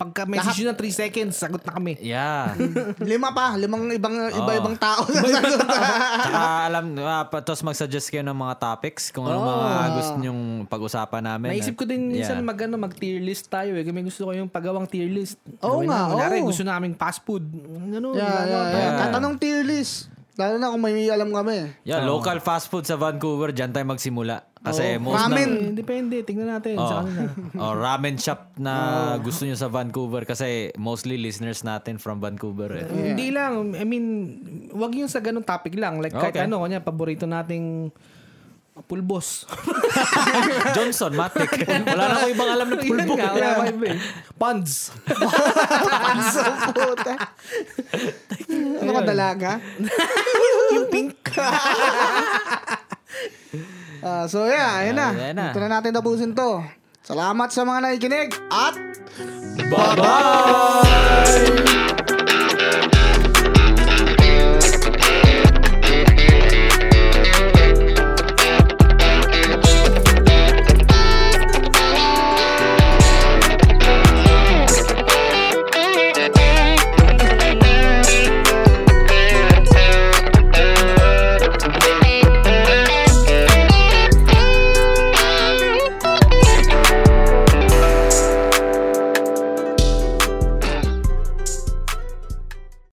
Pagka message nyo na 3 seconds, sagot na kami. Yeah. Lima pa. Limang ibang, iba-ibang tao. Tsaka alam, uh, tapos mag-suggest kayo ng mga topics kung ano mga gusto nyong pag-usapan namin. Naisip ko din minsan ah. Yeah. mag, ano, mag-tier list tayo eh. May gusto ko yung pagawang tier list. Oo Gawin nga, na. Kunyari, oo. gusto namin fast food. Ano, yeah, yeah, yeah, yeah. Tatanong tier list. Lalo na kung may alam kami. Yeah, local fast food sa Vancouver, dyan tayo magsimula. Kasi most Ramen. ng... Eh, depende. Tingnan natin. Oh, Sa kanila. oh, ramen shop na gusto nyo sa Vancouver kasi mostly listeners natin from Vancouver. Eh. Hindi lang. I mean, wag yung sa ganung topic lang. Like kahit Okay. ano, kanya, paborito nating pulbos. Johnson, Matic. Wala na ko ibang alam ng Pulbo. pulbo. Nga, wala pa iba eh. Ponds. Panso, puta. ano ka, dalaga? yung pink. Ah, so yeah, ayun na. Ah, ayun na. Ito na natin tapusin to. Salamat sa mga nakikinig at Bye-bye!